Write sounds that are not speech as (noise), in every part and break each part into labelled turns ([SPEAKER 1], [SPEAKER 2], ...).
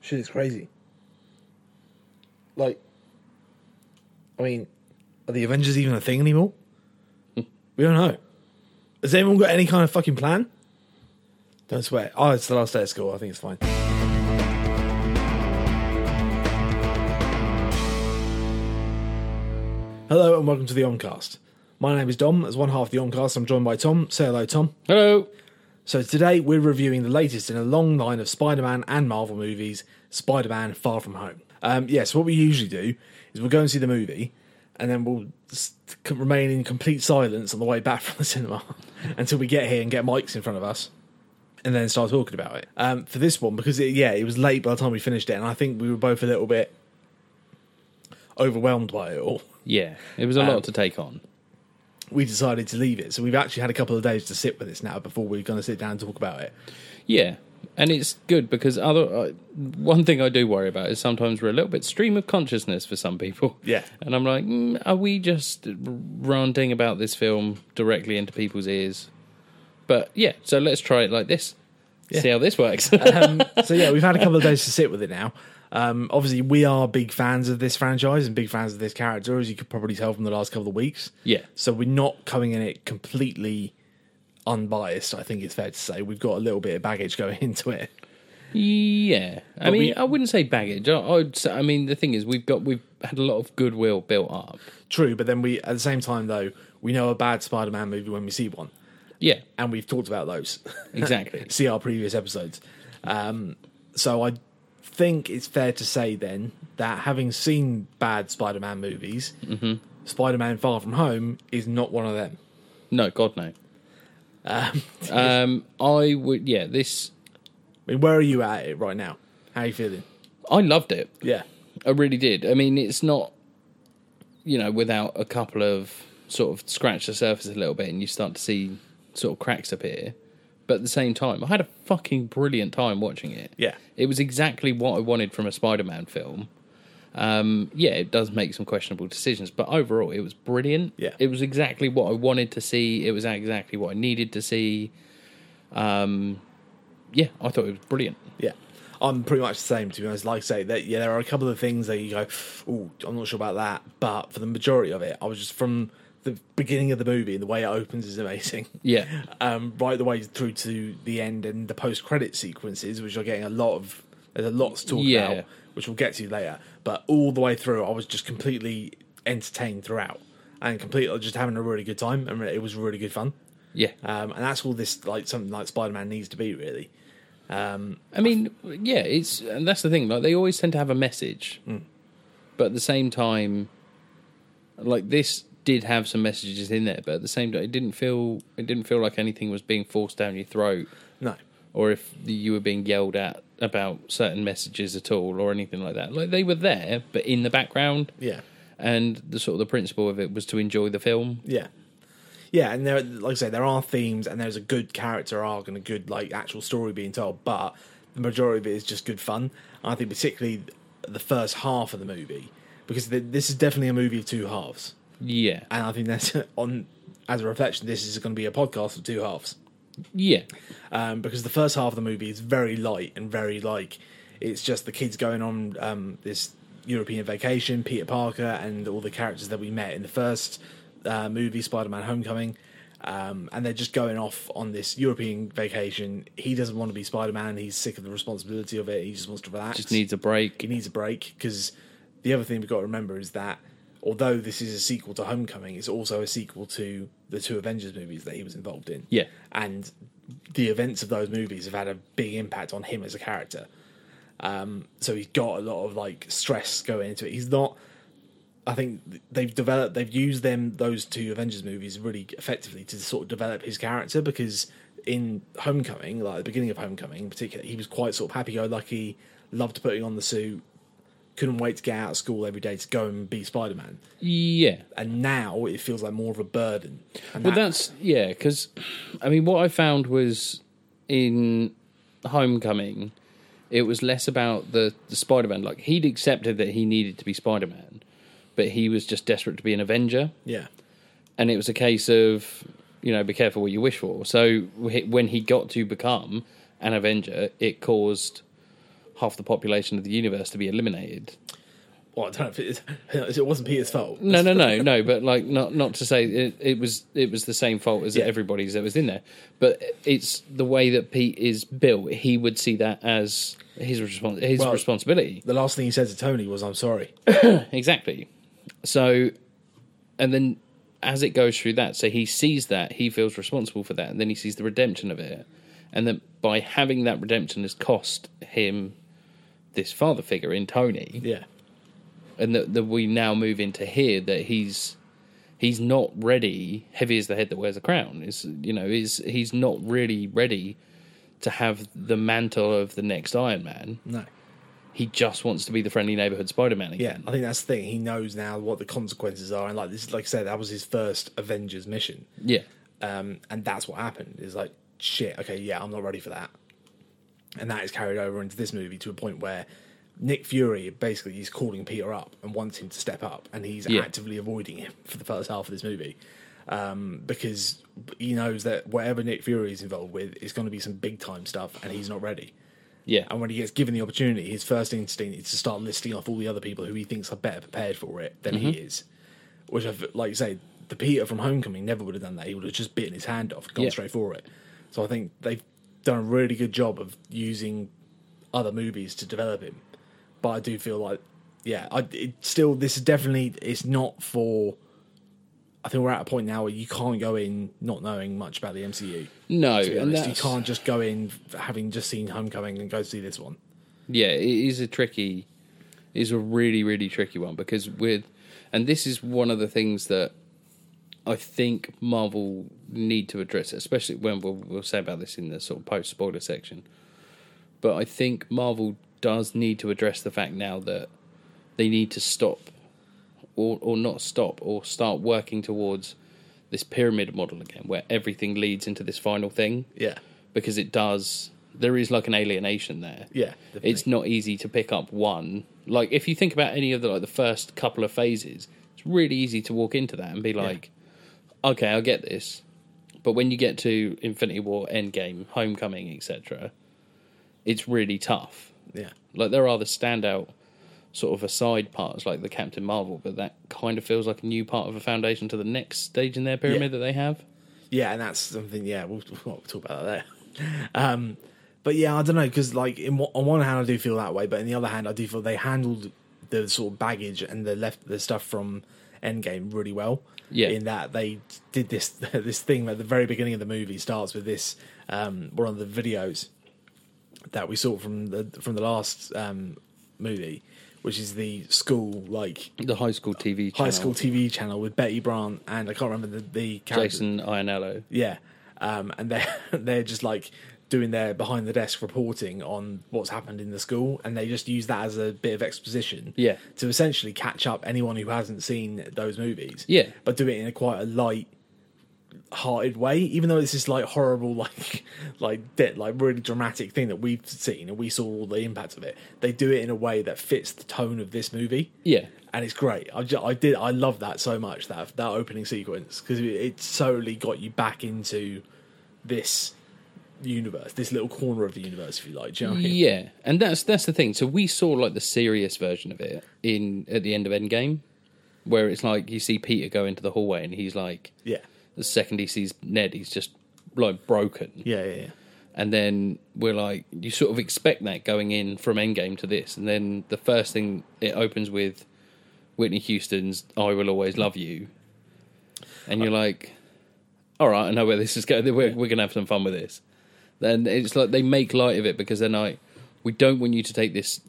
[SPEAKER 1] Shit is crazy. Like, I mean, are the Avengers even a thing anymore? we don't know. Has anyone got any kind of fucking plan? Don't swear. Oh, it's the last day of school. I think it's fine. Hello and welcome to the Omcast. My name is Dom. As one half of the Omcast, I'm joined by Tom. Say hello, Tom.
[SPEAKER 2] Hello.
[SPEAKER 1] So today we're reviewing the latest in a long line of Spider-Man and Marvel movies, Spider-Man Far From Home. Um, yes, what we usually do is we'll go and see the movie, and then we'll s- c- remain in complete silence on the way back (laughs) from the cinema until we get here and get mics in front of us, and then start talking about it. Um, for this one, because it, yeah, it was late by the time we finished it, and I think we were both a little bit overwhelmed by it all. (laughs)
[SPEAKER 2] Yeah, it was a
[SPEAKER 1] Um,
[SPEAKER 2] lot to take on.
[SPEAKER 1] We decided to leave it, so we've actually had a couple of days to sit with this now before we're going to sit down and talk about it.
[SPEAKER 2] Yeah, and it's good because other uh, one thing I do worry about is sometimes we're a little bit stream of consciousness for some people.
[SPEAKER 1] Yeah.
[SPEAKER 2] and I'm like, mm, are we just ranting about this film directly into people's ears? But yeah, so let's try it like this. See how
[SPEAKER 1] (laughs)
[SPEAKER 2] this works. (laughs)
[SPEAKER 1] um, so yeah, we've had a couple of days to sit with it now. Um, obviously, we are big fans of this franchise and big fans of this character, as you could probably tell from the last couple of weeks.
[SPEAKER 2] Yeah.
[SPEAKER 1] So we're not coming in it completely unbiased. I think it's fair to say we've got a little bit of baggage going (laughs) into it.
[SPEAKER 2] yeah, I mean,
[SPEAKER 1] we-
[SPEAKER 2] I wouldn't say baggage. I, I'd say, I mean, the thing is, we've got we've had a lot of goodwill built up.
[SPEAKER 1] True, but then we at the same time though we know a bad Spider-Man movie when we see one,
[SPEAKER 2] Yeah,
[SPEAKER 1] and we've talked about those. (laughs)
[SPEAKER 2] exactly.
[SPEAKER 1] see our previous episodes. Um, so I think it's fair to say then that having seen bad Spider-Man movies, Spider-Man Far From Home is not one of them.
[SPEAKER 2] No, God no. Um, I would. Yeah, this.
[SPEAKER 1] I mean, where are you at it right now? How are you feeling?
[SPEAKER 2] I loved it.
[SPEAKER 1] Yeah,
[SPEAKER 2] I really did. I mean, it's not. You know, without a couple of sort of scratch the surface a little bit, and you start to see sort of cracks appear. But at the same time, I had a fucking brilliant time watching it.
[SPEAKER 1] yeah,
[SPEAKER 2] It was exactly what I wanted from a Spider-Man film. Um, yeah, it does make some questionable decisions, but overall, it was brilliant.
[SPEAKER 1] Yeah.
[SPEAKER 2] it was exactly what I wanted to see. It was exactly what I needed to see. Um, yeah, I thought it was brilliant.
[SPEAKER 1] yeah. I'm pretty much the same to be honest. Like I say, that yeah, there are a couple of things that you go, oh, I'm not sure about that. But for the majority of it, I was just from the beginning of the movie and the way it opens is amazing.
[SPEAKER 2] Yeah,
[SPEAKER 1] um, right the way through to the end and the post credit sequences, which are getting a lot of there's a lot to talk
[SPEAKER 2] Yeah.
[SPEAKER 1] about, which we'll get to later. But all the way through, I was just completely entertained throughout and completely just having a really good time, and it was really good fun.
[SPEAKER 2] yeah.
[SPEAKER 1] Um, and that's all this like something like Spider Man needs to be really.
[SPEAKER 2] I mean, yeah, it's and that's the thing. Like they always tend to have a message, but at the same time, like this did have some messages in there, but at the same time, it didn't feel it didn't feel like anything was being forced down your throat,
[SPEAKER 1] No,
[SPEAKER 2] or if you were being yelled at about certain messages at all, or anything like that. Like they were there, but in the background,
[SPEAKER 1] yeah,
[SPEAKER 2] and the sort of the principle of it was to enjoy the film.
[SPEAKER 1] yeah. Yeah, and there, like I say, there are themes, and there's a good character arc and a good like actual story being told. But the majority of it is just good fun. And I think particularly the first half of the movie, because th this is definitely a movie of two halves,
[SPEAKER 2] Yeah,
[SPEAKER 1] and I think that's (laughs) on as a reflection, this is going to be a podcast of two halves
[SPEAKER 2] yeah,
[SPEAKER 1] um, because the first half of the movie is very light and very like it's just the kids going on um, this European vacation, Peter Parker, and all the characters that we met in the first uh, movie, Spider Man Homecoming. Um, and they're just going off on this European vacation. He doesn't want to be Spider Man. He's sick of the responsibility of it. He just wants to relax
[SPEAKER 2] just needs a
[SPEAKER 1] he
[SPEAKER 2] break.
[SPEAKER 1] needs a break because the other thing we've got to remember is that although this is a sequel to Homecoming, it's also a sequel to the two Avengers movies that he was involved in.
[SPEAKER 2] Yeah.
[SPEAKER 1] And the events of those movies have had a big impact on him as a character. Um, so he's got a lot of like stress going into it. He's not. I think they've developed, they've used them those two Avengers movies really effectively to sort of develop his character because in Homecoming, like the beginning of Homecoming in particular, he was quite sort of happy-go-lucky, loved putting on the suit, couldn't wait to get out of school every day to go and be Spider-Man.
[SPEAKER 2] Yeah.
[SPEAKER 1] And now it feels like more of a burden. And
[SPEAKER 2] Well,
[SPEAKER 1] that-
[SPEAKER 2] that's yeah, because I mean, what I found was in Homecoming, it was less about the, the Spider Man. Like he'd accepted that he needed to be Spider Man, but he was just desperate to be an Avenger,
[SPEAKER 1] yeah,
[SPEAKER 2] and it was a case of you know, be careful what you wish for. So wh- when he got to become an Avenger, it caused half the population of the universe to be eliminated.
[SPEAKER 1] Well, I don't know if it, is, (laughs) it wasn't Peter's fault.
[SPEAKER 2] No,
[SPEAKER 1] (laughs)
[SPEAKER 2] no, no, no. But like, not not to say it, it was it was the same fault as
[SPEAKER 1] Yeah.
[SPEAKER 2] everybody's that was in there. But it's the way that Pete is built. He would see that as his respons- his
[SPEAKER 1] Well-
[SPEAKER 2] responsibility.
[SPEAKER 1] The last thing he said to Tony was, "I'm sorry."
[SPEAKER 2] Exactly. So, and then as it goes through that, so he sees that he feels responsible for that, and then he sees the redemption of it, and then by having that redemption has cost him this father figure in Tony,
[SPEAKER 1] Yeah,
[SPEAKER 2] and that, that we now move into here that he's he's not ready. Heavy is the head that wears the crown. Is you know is he's not really ready to have the mantle of the next Iron Man.
[SPEAKER 1] no.
[SPEAKER 2] He just wants to be the friendly neighborhood Spider Man
[SPEAKER 1] Yeah,
[SPEAKER 2] again.
[SPEAKER 1] I think that's the thing. He knows now what the consequences are, and like this, like I said, that was his first Avengers mission,
[SPEAKER 2] yeah.
[SPEAKER 1] um, and that's what happened. Is like shit. Okay, yeah, I'm not ready for that, and that is carried over into this movie to a point where Nick Fury basically is calling Peter up and wants him to step up, and he's
[SPEAKER 2] Yeah.
[SPEAKER 1] actively avoiding him for the first half of this movie. Um, because he knows that whatever Nick Fury is involved with is going to be some big time stuff, and he's not ready.
[SPEAKER 2] Yeah,
[SPEAKER 1] And when he gets given the opportunity, his first instinct is to start listing off all the other people who he thinks are better prepared for it than he is. Which, I've, like you say, the Peter from Homecoming never would have done that. He would have just bitten his hand off, gone
[SPEAKER 2] Yeah.
[SPEAKER 1] straight for it. So I think they've done a really good job of using other movies to develop him. But I do feel like, yeah, I, it, still, this is definitely, it's not for. I think we're at a point now where you can't go in not knowing much about the MCU.
[SPEAKER 2] no,
[SPEAKER 1] To be
[SPEAKER 2] and
[SPEAKER 1] honest, you
[SPEAKER 2] that's,
[SPEAKER 1] can't just go in having just seen Homecoming and go see this one.
[SPEAKER 2] yeah, it is a tricky, it is a really really tricky one because with, and this is one of the things that I think Marvel need to address, especially when we'll, we'll say about this in the sort of post spoiler section. But I think Marvel does need to address the fact now that they need to stop, or or not stop, or start working towards this pyramid model again, where everything leads into this final thing.
[SPEAKER 1] Yeah.
[SPEAKER 2] because it does there is like an alienation there
[SPEAKER 1] Yeah, definitely.
[SPEAKER 2] it's not easy to pick up one like if you think about any of the like the first couple of phases it's really easy to walk into that and be like okay i get this but when you get to infinity war endgame homecoming etc it's really tough
[SPEAKER 1] Yeah.
[SPEAKER 2] like there are the standout sort of aside parts like the captain marvel but that kind of feels like a new part of a foundation to the next stage in their pyramid
[SPEAKER 1] Yeah.
[SPEAKER 2] that they have
[SPEAKER 1] Yeah, and that's something, yeah, we'll, (laughs) we'll talk about that there. Um, but yeah, I don't know, because like in, one- on one hand I do feel that way, but on the other hand I do feel they handled the sort of baggage and the left the stuff from Endgame really well.
[SPEAKER 2] Yeah.
[SPEAKER 1] In that they did this (laughs) this thing at the very beginning of the movie starts with this um, one of the videos that we saw from the from the last um, movie, which is the school like
[SPEAKER 2] the high school tv
[SPEAKER 1] high
[SPEAKER 2] channel.
[SPEAKER 1] school TV channel with Betty Brant and I can't remember the, the character.
[SPEAKER 2] Jason Ionello.
[SPEAKER 1] Yeah, um, and they they're (laughs) just like doing their behind the desk reporting on what's happened in the school, and they just use that as a bit of exposition.
[SPEAKER 2] Yeah.
[SPEAKER 1] to essentially catch up anyone who hasn't seen those movies.
[SPEAKER 2] Yeah.
[SPEAKER 1] but do it in a quite a light hearted way even though it's this like horrible (laughs) like like de- like really dramatic thing that we've seen and we saw all the impact of it they do it in a way that fits the tone of this movie
[SPEAKER 2] Yeah,
[SPEAKER 1] and it's great. I, ju- I did I love that so much that that opening sequence because it, it solely got you back into this universe, this little corner of the universe, if you like. Do you know what I mean?
[SPEAKER 2] yeah, and that's that's the thing. So we saw like the serious version of it in at the end of Endgame, where it's like you see Peter go into the hallway and he's like,
[SPEAKER 1] Yeah,
[SPEAKER 2] the second he sees Ned, he's just like broken.
[SPEAKER 1] yeah, yeah, yeah.
[SPEAKER 2] and then we're like you sort of expect that going in from endgame to this and then the first thing it opens with whitney houston's i will always love you and you're like all right i know where this is going we're, we're gonna have some fun with this then it's like they make light of it because they're like we don't want you to take this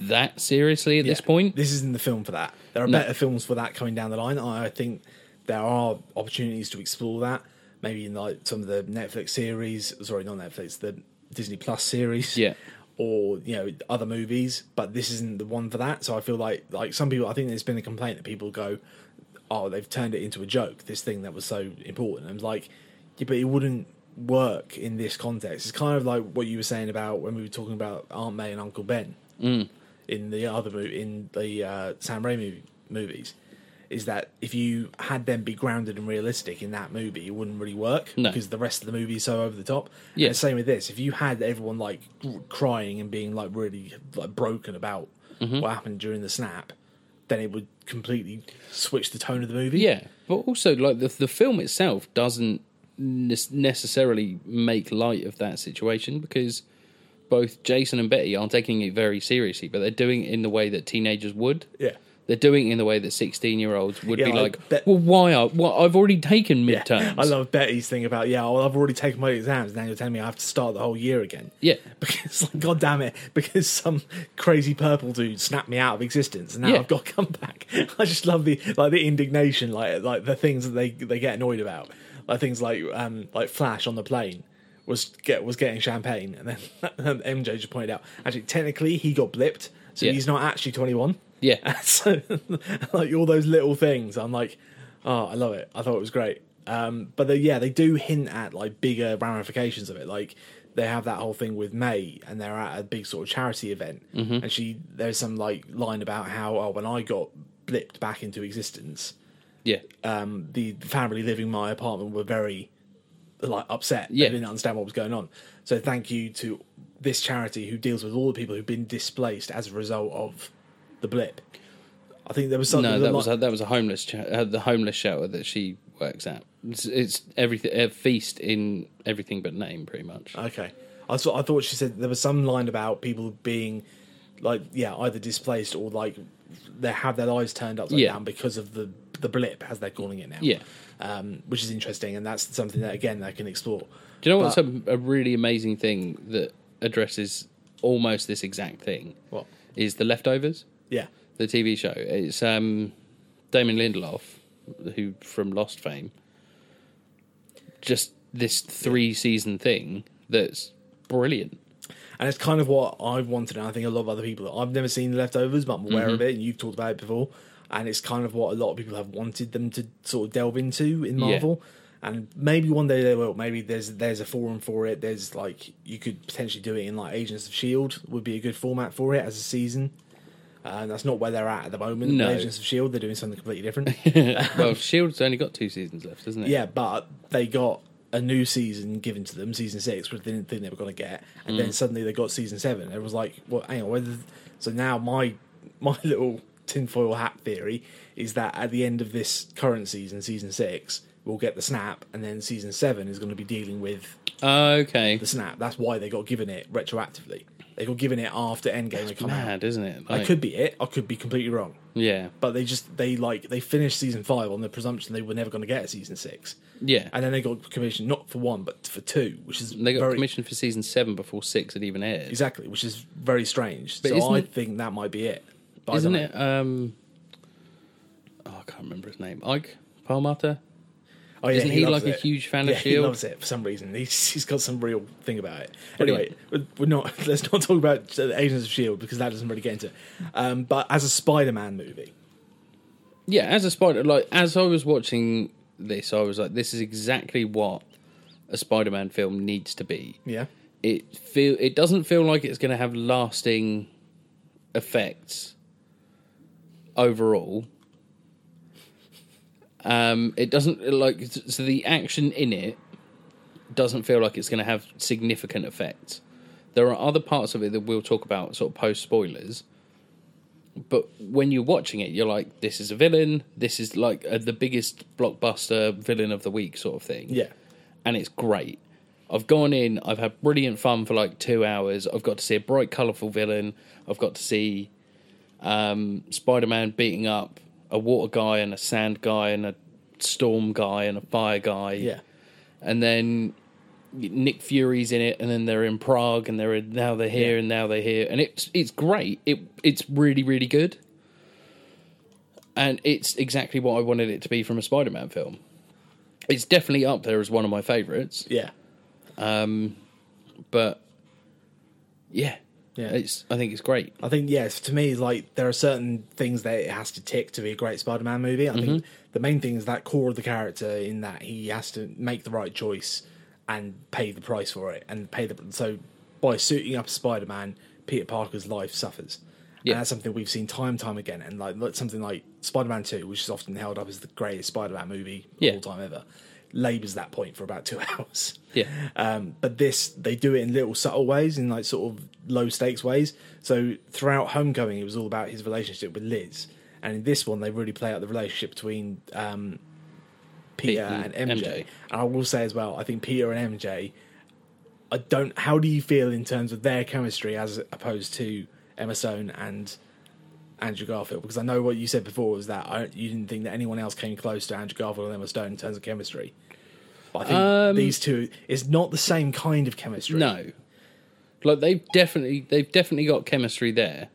[SPEAKER 2] that seriously at this
[SPEAKER 1] Yeah.
[SPEAKER 2] point
[SPEAKER 1] This isn't the film for that. There are
[SPEAKER 2] No.
[SPEAKER 1] better films for that coming down the line. I I think there are opportunities to explore that. Maybe in like some of the Netflix series, sorry, not Netflix, the Disney Plus series,
[SPEAKER 2] Yeah.
[SPEAKER 1] (laughs) or you know other movies. But this isn't the one for that. So I feel like like some people, I think there's been a complaint that people go, "Oh, they've turned it into a joke." This thing that was so important, and like, yeah, but it wouldn't work in this context. It's kind of like what you were saying about when we were talking about Aunt May and Uncle Ben in the other movie in the uh, Sam Raimi movies. is that if you had them be grounded and realistic in that movie, it wouldn't really work
[SPEAKER 2] No.
[SPEAKER 1] because the rest of the movie is so over the top.
[SPEAKER 2] Yeah.
[SPEAKER 1] And same with this. If you had everyone like gr- crying and being like really like broken about
[SPEAKER 2] Mm-hmm.
[SPEAKER 1] what happened during the snap, then it would completely switch the tone of the movie.
[SPEAKER 2] Yeah, but also like the the film itself doesn't ne- necessarily make light of that situation because both Jason and Betty are taking it very seriously, but they're doing it in the way that teenagers would.
[SPEAKER 1] Yeah.
[SPEAKER 2] They're doing it in the way that sixteen-year-olds would
[SPEAKER 1] Yeah,
[SPEAKER 2] be
[SPEAKER 1] I
[SPEAKER 2] like,
[SPEAKER 1] bet-
[SPEAKER 2] "Well, why are? Well, I've already taken
[SPEAKER 1] Yeah.
[SPEAKER 2] midterms. Yeah,
[SPEAKER 1] I love Betty's thing about yeah. Well, I've already taken my exams. Now you're telling me I have to start the whole year again.
[SPEAKER 2] Yeah.
[SPEAKER 1] (laughs) Because like, god damn it, because some crazy purple dude snapped me out of existence, and now
[SPEAKER 2] Yeah.
[SPEAKER 1] I've got to come back. (laughs) I just love the like the indignation, like like the things that they they get annoyed about, like things like um like Flash on the plane. Was get was getting champagne, and then (laughs) and MJ just pointed out. Actually, technically, he got blipped, so
[SPEAKER 2] Yeah.
[SPEAKER 1] he's not actually twenty one.
[SPEAKER 2] yeah,
[SPEAKER 1] (laughs) so like all those little things i'm like oh i love it i thought it was great um but they, yeah they do hint at like bigger ramifications of it like they have that whole thing with may and they're at a big sort of charity event and she there's some like line about how oh when i got blipped back into existence (laughs)
[SPEAKER 2] yeah,
[SPEAKER 1] um the family living in my apartment were very like upset
[SPEAKER 2] Yeah.
[SPEAKER 1] they didn't understand what was going on so thank you to this charity who deals with all the people who've been displaced as a result of the blip i think there was something
[SPEAKER 2] No,
[SPEAKER 1] that
[SPEAKER 2] that was
[SPEAKER 1] li-
[SPEAKER 2] a, that was a homeless cha- uh, the homeless shelter that she works at. It's, it's everything a feast in everything but name, pretty much.
[SPEAKER 1] okay I, saw, I thought she said there was some line about people being like yeah either displaced or like they have their lives turned upside
[SPEAKER 2] Yeah.
[SPEAKER 1] down because of the the blip as they're calling it now
[SPEAKER 2] Yeah.
[SPEAKER 1] um, which is interesting and that's something that again they can explore
[SPEAKER 2] Do you know what's a, a really amazing thing that addresses almost this exact thing?
[SPEAKER 1] What?
[SPEAKER 2] is the leftovers?
[SPEAKER 1] yeah
[SPEAKER 2] The TV show. It's um, Damon Lindelof, who from Lost fame. Just this three season thing that's
[SPEAKER 1] (laughs)
[SPEAKER 2] brilliant.
[SPEAKER 1] And it's kind of what I've wanted, and I think a lot of other people. I've never seen the leftovers, but I'm aware
[SPEAKER 2] Mm-hmm.
[SPEAKER 1] of it, and you've talked about it before. And it's kind of what a lot of people have wanted them to sort of delve into in
[SPEAKER 2] Yeah.
[SPEAKER 1] Marvel. And maybe one day they will. Maybe there's there's a forum for it. There's like you could potentially do it in like Agents of Shield E would be a good format for it as a season. Uh, that's not where they're at at the moment.
[SPEAKER 2] No.
[SPEAKER 1] With Agents of Shield, E they're doing something completely
[SPEAKER 2] (laughs)
[SPEAKER 1] different.
[SPEAKER 2] well, Shield's E only got two seasons left, doesn't it?
[SPEAKER 1] Yeah, but they got a new season given to them, season six, which they didn't think they were going to get, and then suddenly they got season seven. It was like, well, hang on, where did- so now my my (laughs) little tinfoil hat theory is that at the end of this current season, season six, we'll get the snap, and then season seven is going to be dealing with
[SPEAKER 2] Okay.
[SPEAKER 1] the snap. That's why they got given it retroactively. They got given it after Endgame had come out.
[SPEAKER 2] Mad, isn't it?
[SPEAKER 1] That
[SPEAKER 2] Like,
[SPEAKER 1] could be it. I could be completely wrong
[SPEAKER 2] Yeah.
[SPEAKER 1] but they just they like they finished season five on the presumption they were never going to get a season six.
[SPEAKER 2] Yeah.
[SPEAKER 1] and then they got commissioned not for one but for two, which is
[SPEAKER 2] They got
[SPEAKER 1] very,
[SPEAKER 2] commissioned for season seven before six had even aired.
[SPEAKER 1] exactly, which is very strange. so
[SPEAKER 2] isn't
[SPEAKER 1] I
[SPEAKER 2] it-
[SPEAKER 1] think that might be it. But I
[SPEAKER 2] Isn't
[SPEAKER 1] don't know.
[SPEAKER 2] it? Um, oh, I can't remember his name. Ike Palmata.
[SPEAKER 1] Oh, yeah,
[SPEAKER 2] isn't he,
[SPEAKER 1] loves
[SPEAKER 2] like, a
[SPEAKER 1] it.
[SPEAKER 2] huge fan of
[SPEAKER 1] yeah, He
[SPEAKER 2] Shield?
[SPEAKER 1] loves it for some reason. He's he's got some real thing about it.
[SPEAKER 2] Brilliant.
[SPEAKER 1] Anyway, we're not (laughs) let's not talk about uh, Agents of Shield because that doesn't really get into. It. Um, but as a Spider-Man movie,
[SPEAKER 2] Yeah, as a spider, like as I was watching this, I was like, this is exactly what a Spider-Man film needs to be.
[SPEAKER 1] yeah,
[SPEAKER 2] It feel it doesn't feel like it's going to have lasting effects overall. Um, it doesn't like so the action in it doesn't feel like it's going to have significant effects. There are other parts of it that we'll talk about sort of post spoilers. But when you're watching it, you're like, this is a villain. This is like uh the biggest blockbuster villain of the week sort of thing
[SPEAKER 1] yeah,
[SPEAKER 2] and it's great. I've gone in, I've had brilliant fun for like two hours. I've got to see a bright, colourful villain. I've got to see um, Spider Man beating up a water guy and a sand guy and a storm guy and a fire guy.
[SPEAKER 1] yeah.
[SPEAKER 2] And then Nick Fury's in it, and then they're in Prague, and they're in, now they're here,
[SPEAKER 1] Yeah.
[SPEAKER 2] and now they're here, and it's it's great. It it's really really good, and it's exactly what I wanted it to be from a Spider-Man film. It's definitely up there as one of my favorites
[SPEAKER 1] Yeah,
[SPEAKER 2] but yeah,
[SPEAKER 1] Yeah.
[SPEAKER 2] it's I think it's great.
[SPEAKER 1] I think yes, to me, like there are certain things that it has to tick to be a great Spider-Man movie. I
[SPEAKER 2] Mm-hmm.
[SPEAKER 1] think the main thing is that core of the character in that he has to make the right choice and pay the price for it, and pay the so by suiting up as Spider-Man, Peter Parker's life suffers,
[SPEAKER 2] Yeah.
[SPEAKER 1] And that's something we've seen time and time again. And like look, something like Spider Man 2, which is often held up as the greatest Spider Man movie of
[SPEAKER 2] Yeah.
[SPEAKER 1] all time ever, labours that point for about two (laughs) hours. (gasps)
[SPEAKER 2] Yeah.
[SPEAKER 1] Um, but this, they do it in little subtle ways, in like sort of low stakes ways. So throughout Homecoming, it was all about his relationship with Liz. And in this one, they really play out the relationship between um, Peter
[SPEAKER 2] and
[SPEAKER 1] and MJ.
[SPEAKER 2] MJ.
[SPEAKER 1] And I will say as well, I think Peter and MJ, I don't. How do you feel in terms of their chemistry as opposed to Emma Stone and Andrew Garfield? Because I know what you said before was that I, you didn't think that anyone else came close to Andrew Garfield and Emma Stone in terms of chemistry. But I think
[SPEAKER 2] Um,
[SPEAKER 1] these two it's not the same kind of chemistry.
[SPEAKER 2] No. Like they've definitely they've definitely got chemistry there.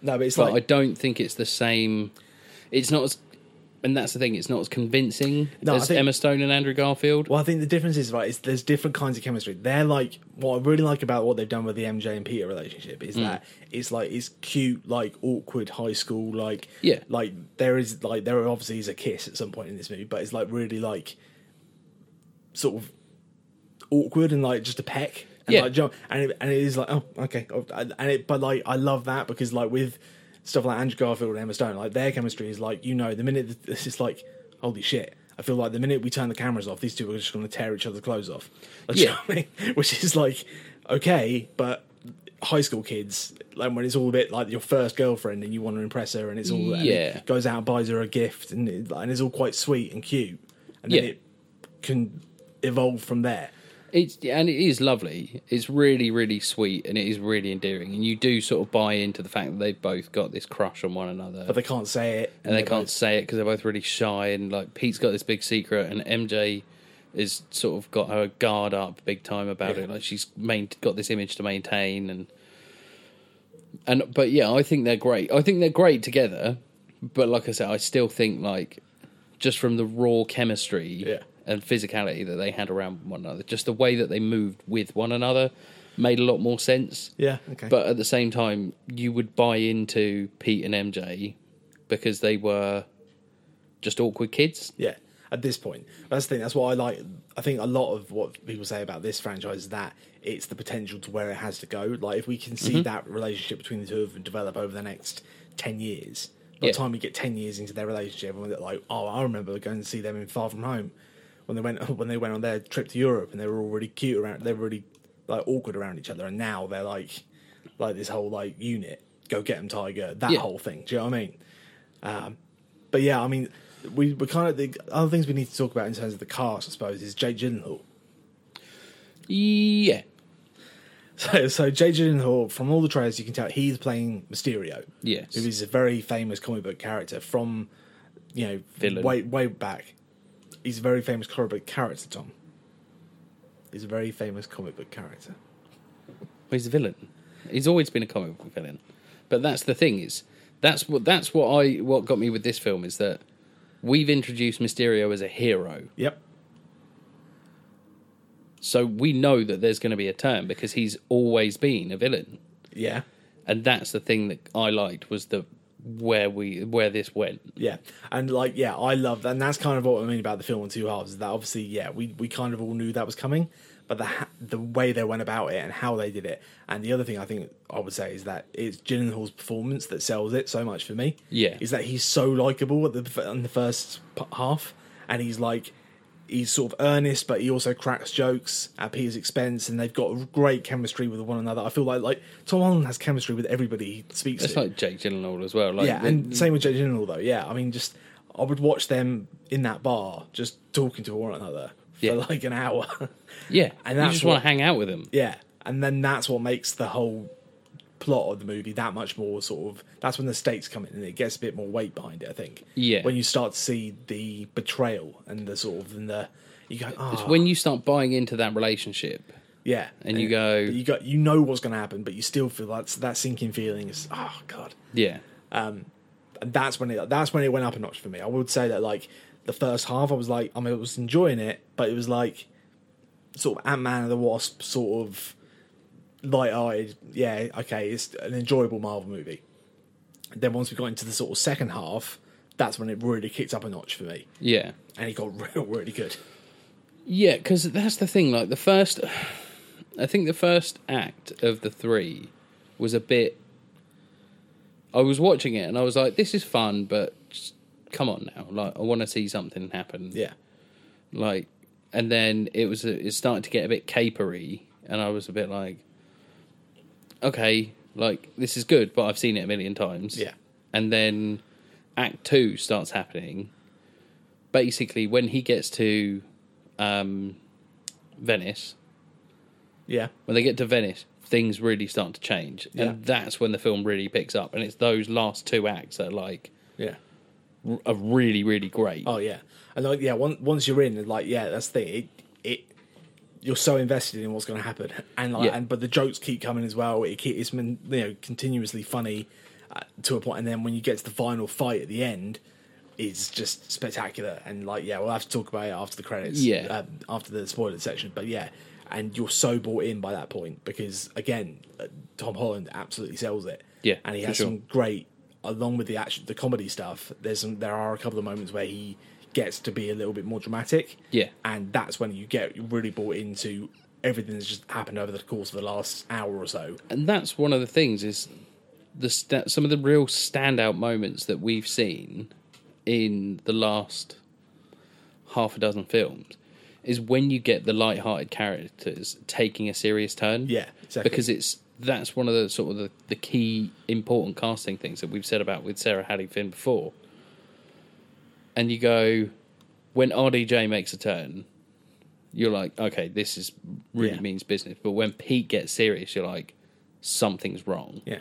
[SPEAKER 1] no, but it's
[SPEAKER 2] but
[SPEAKER 1] like
[SPEAKER 2] I don't think it's the same. It's not as, and that's the thing. It's not as convincing
[SPEAKER 1] No, I
[SPEAKER 2] as
[SPEAKER 1] think-
[SPEAKER 2] Emma Stone and Andrew Garfield.
[SPEAKER 1] Well, I think the difference is right. Is there's different kinds of chemistry. They're like what I really like about what they've done with the MJ and Peter relationship
[SPEAKER 2] Hmm.
[SPEAKER 1] is that it's like it's cute, like awkward high school, like
[SPEAKER 2] Yeah.
[SPEAKER 1] like there is like there obviously is a kiss at some point in this movie, but it's like really like sort of awkward and like just a peck. And
[SPEAKER 2] Yeah.
[SPEAKER 1] like jump, and it, and it is like oh okay, oh, and and it but like I love that because like with stuff like Andrew Garfield and Emma Stone, like their chemistry is like you know the minute th- this is like holy shit, I feel like the minute we turn the cameras off, these two are just going to tear each other's clothes off. (laughs) Like,
[SPEAKER 2] Yeah.
[SPEAKER 1] you know what I mean? (laughs) which is like okay, but high school kids like when it's all a bit like your first girlfriend and you want to impress her and it's all and it
[SPEAKER 2] Yeah.
[SPEAKER 1] goes out and buys her a gift and it, and it's all quite sweet and cute and then
[SPEAKER 2] Yeah.
[SPEAKER 1] it can evolve from there.
[SPEAKER 2] It's and it is lovely. It's really really sweet and it is really endearing. And you do sort of buy into the fact that they've both got this crush on one another,
[SPEAKER 1] But they can't say it,
[SPEAKER 2] and they
[SPEAKER 1] they're
[SPEAKER 2] can't
[SPEAKER 1] both-
[SPEAKER 2] say it because they're both really shy. And like Pete's got this big secret, and MJ is sort of got her guard up big time about
[SPEAKER 1] Yeah.
[SPEAKER 2] it. Like she's main, got this image to maintain, and and but yeah, I think they're great. I think they're great together. But like I said, I still think like just from the raw chemistry
[SPEAKER 1] Yeah.
[SPEAKER 2] and physicality that they had around one another, just the way that they moved with one another made a lot more sense.
[SPEAKER 1] Yeah, okay.
[SPEAKER 2] But at the same time, you would buy into Pete and MJ because they were just awkward kids.
[SPEAKER 1] yeah, at this point, that's the thing. That's what I like. I think a lot of what people say about this franchise is that it's the potential to where it has to go. Like if we can
[SPEAKER 2] Mm-hmm.
[SPEAKER 1] see that relationship between the two of them develop over the next ten years, by
[SPEAKER 2] Yeah.
[SPEAKER 1] the time we get ten years into their relationship, and we're like, oh, I remember going to see them in Far From Home when they went (laughs) when they went on their trip to Europe, and they were all really cute around. They were really like awkward around each other, and now they're like like this whole like unit. Go get them, Tiger. That
[SPEAKER 2] Yeah.
[SPEAKER 1] whole thing. Do you know what I mean? But yeah, I mean, we we kind of the other things we need to talk about in terms of the cast, I suppose, is Jake Gyllenhaal. (laughs)
[SPEAKER 2] Yeah.
[SPEAKER 1] So, so Jake Gyllenhaal, from all the trailers, you can tell he's playing Mysterio.
[SPEAKER 2] Yes.
[SPEAKER 1] who is a very famous comic book character from you know
[SPEAKER 2] Villain.
[SPEAKER 1] way way back. He's a very famous comic book character, Tom. He's a very famous comic book character.
[SPEAKER 2] He's the villain. He's always been a comic book villain. But that's the thing is that's what that's what I what got me with this film is that we've introduced Mysterio as a hero.
[SPEAKER 1] Yep.
[SPEAKER 2] So we know that there's going to be a turn because he's always been a villain.
[SPEAKER 1] Yeah.
[SPEAKER 2] And that's the thing that I liked was the where we where this went.
[SPEAKER 1] Yeah, and like yeah, I love that. And that's kind of what I mean about the film in two halves. Is that obviously yeah, we we kind of all knew that was coming, but the ha- the way they went about it and how they did it, and the other thing I think I would say is that it's Gyllenhaal's performance that sells it so much for me.
[SPEAKER 2] Yeah.
[SPEAKER 1] is that he's so likable at the in the first p- half, and he's like. He's sort of earnest, but he also cracks jokes at Peter's expense, and they've got great chemistry with one another. I feel like like Tom Holland has chemistry with everybody he speaks
[SPEAKER 2] It's
[SPEAKER 1] to
[SPEAKER 2] like Jake Gyllenhaal as well. Like
[SPEAKER 1] yeah,
[SPEAKER 2] the-
[SPEAKER 1] and same with Jake Gyllenhaal though. Yeah, I mean, just I would watch them in that bar just talking to one another for
[SPEAKER 2] Yeah.
[SPEAKER 1] like an hour. (laughs)
[SPEAKER 2] yeah,
[SPEAKER 1] and
[SPEAKER 2] and you
[SPEAKER 1] that's
[SPEAKER 2] just
[SPEAKER 1] what-
[SPEAKER 2] want to hang out with him.
[SPEAKER 1] yeah, and then that's what makes the whole plot of the movie that much more sort of. That's when the stakes come in and it gets a bit more weight behind it. I think.
[SPEAKER 2] Yeah.
[SPEAKER 1] when you start to see the betrayal and the sort of and the you go oh,
[SPEAKER 2] It's when you start buying into that relationship.
[SPEAKER 1] yeah,
[SPEAKER 2] and you go-
[SPEAKER 1] you got you know what's going to happen, but you still feel that that sinking feeling is oh god.
[SPEAKER 2] Yeah,
[SPEAKER 1] and that's when it that's when it went up a notch for me. I would say that like the first half, I was like, I mean, I was enjoying it, but it was like sort of Ant Man and the Wasp, sort of light-eyed. Yeah, okay, it's an enjoyable Marvel movie. Then once we got into the sort of second half, that's when it really kicked up a notch for me,
[SPEAKER 2] yeah,
[SPEAKER 1] and it got (laughs) real, really good.
[SPEAKER 2] yeah. Because that's the thing. Like the first, (sighs) I think the first act of the three was a bit I was watching it and I was like, this is fun, but just come on now. Like, I want to see something happen.
[SPEAKER 1] Yeah.
[SPEAKER 2] Like, and then it was it started to get a bit capery, and I was a bit like, okay, like this is good, but I've seen it a million times.
[SPEAKER 1] Yeah.
[SPEAKER 2] And then Act Two starts happening. Basically, when he gets to um, Venice,
[SPEAKER 1] Yeah.
[SPEAKER 2] when they get to Venice, things really start to change,
[SPEAKER 1] Yeah.
[SPEAKER 2] and that's when the film really picks up. And it's those last two acts that are like
[SPEAKER 1] Yeah.
[SPEAKER 2] r- are really really great.
[SPEAKER 1] Oh yeah. And like yeah, once once you're in, like yeah, that's the thing. It it you're so invested in what's going to happen, (laughs) and like
[SPEAKER 2] Yeah.
[SPEAKER 1] and but the jokes keep coming as well. It keep, it's been you know continuously funny uh, to a point, and then when you get to the final fight at the end. It's just spectacular, and like, yeah, we'll have to talk about it after the credits,
[SPEAKER 2] Yeah.
[SPEAKER 1] uh, after the spoiler section. But yeah, and you're so bought in by that point because again, uh, Tom Holland absolutely sells it,
[SPEAKER 2] Yeah,
[SPEAKER 1] and he
[SPEAKER 2] for
[SPEAKER 1] has
[SPEAKER 2] sure.
[SPEAKER 1] some great along with the action the comedy stuff there's some, there are a couple of moments where he gets to be a little bit more dramatic
[SPEAKER 2] Yeah.
[SPEAKER 1] and that's when you get really bought into everything that's just happened over the course of the last hour or so
[SPEAKER 2] and that's one of the things is the sta- some of the real standout moments that we've seen in the last half a dozen films is when you get the light-hearted characters taking a serious turn.
[SPEAKER 1] Yeah, exactly.
[SPEAKER 2] Because it's that's one of the sort of the, the key important casting things that we've said about with Sarah Hadley Finn before. And you go when RDJ makes a turn, you're like, okay, this is really
[SPEAKER 1] Yeah.
[SPEAKER 2] means business. But when Pete gets serious, you're like, something's wrong.
[SPEAKER 1] yeah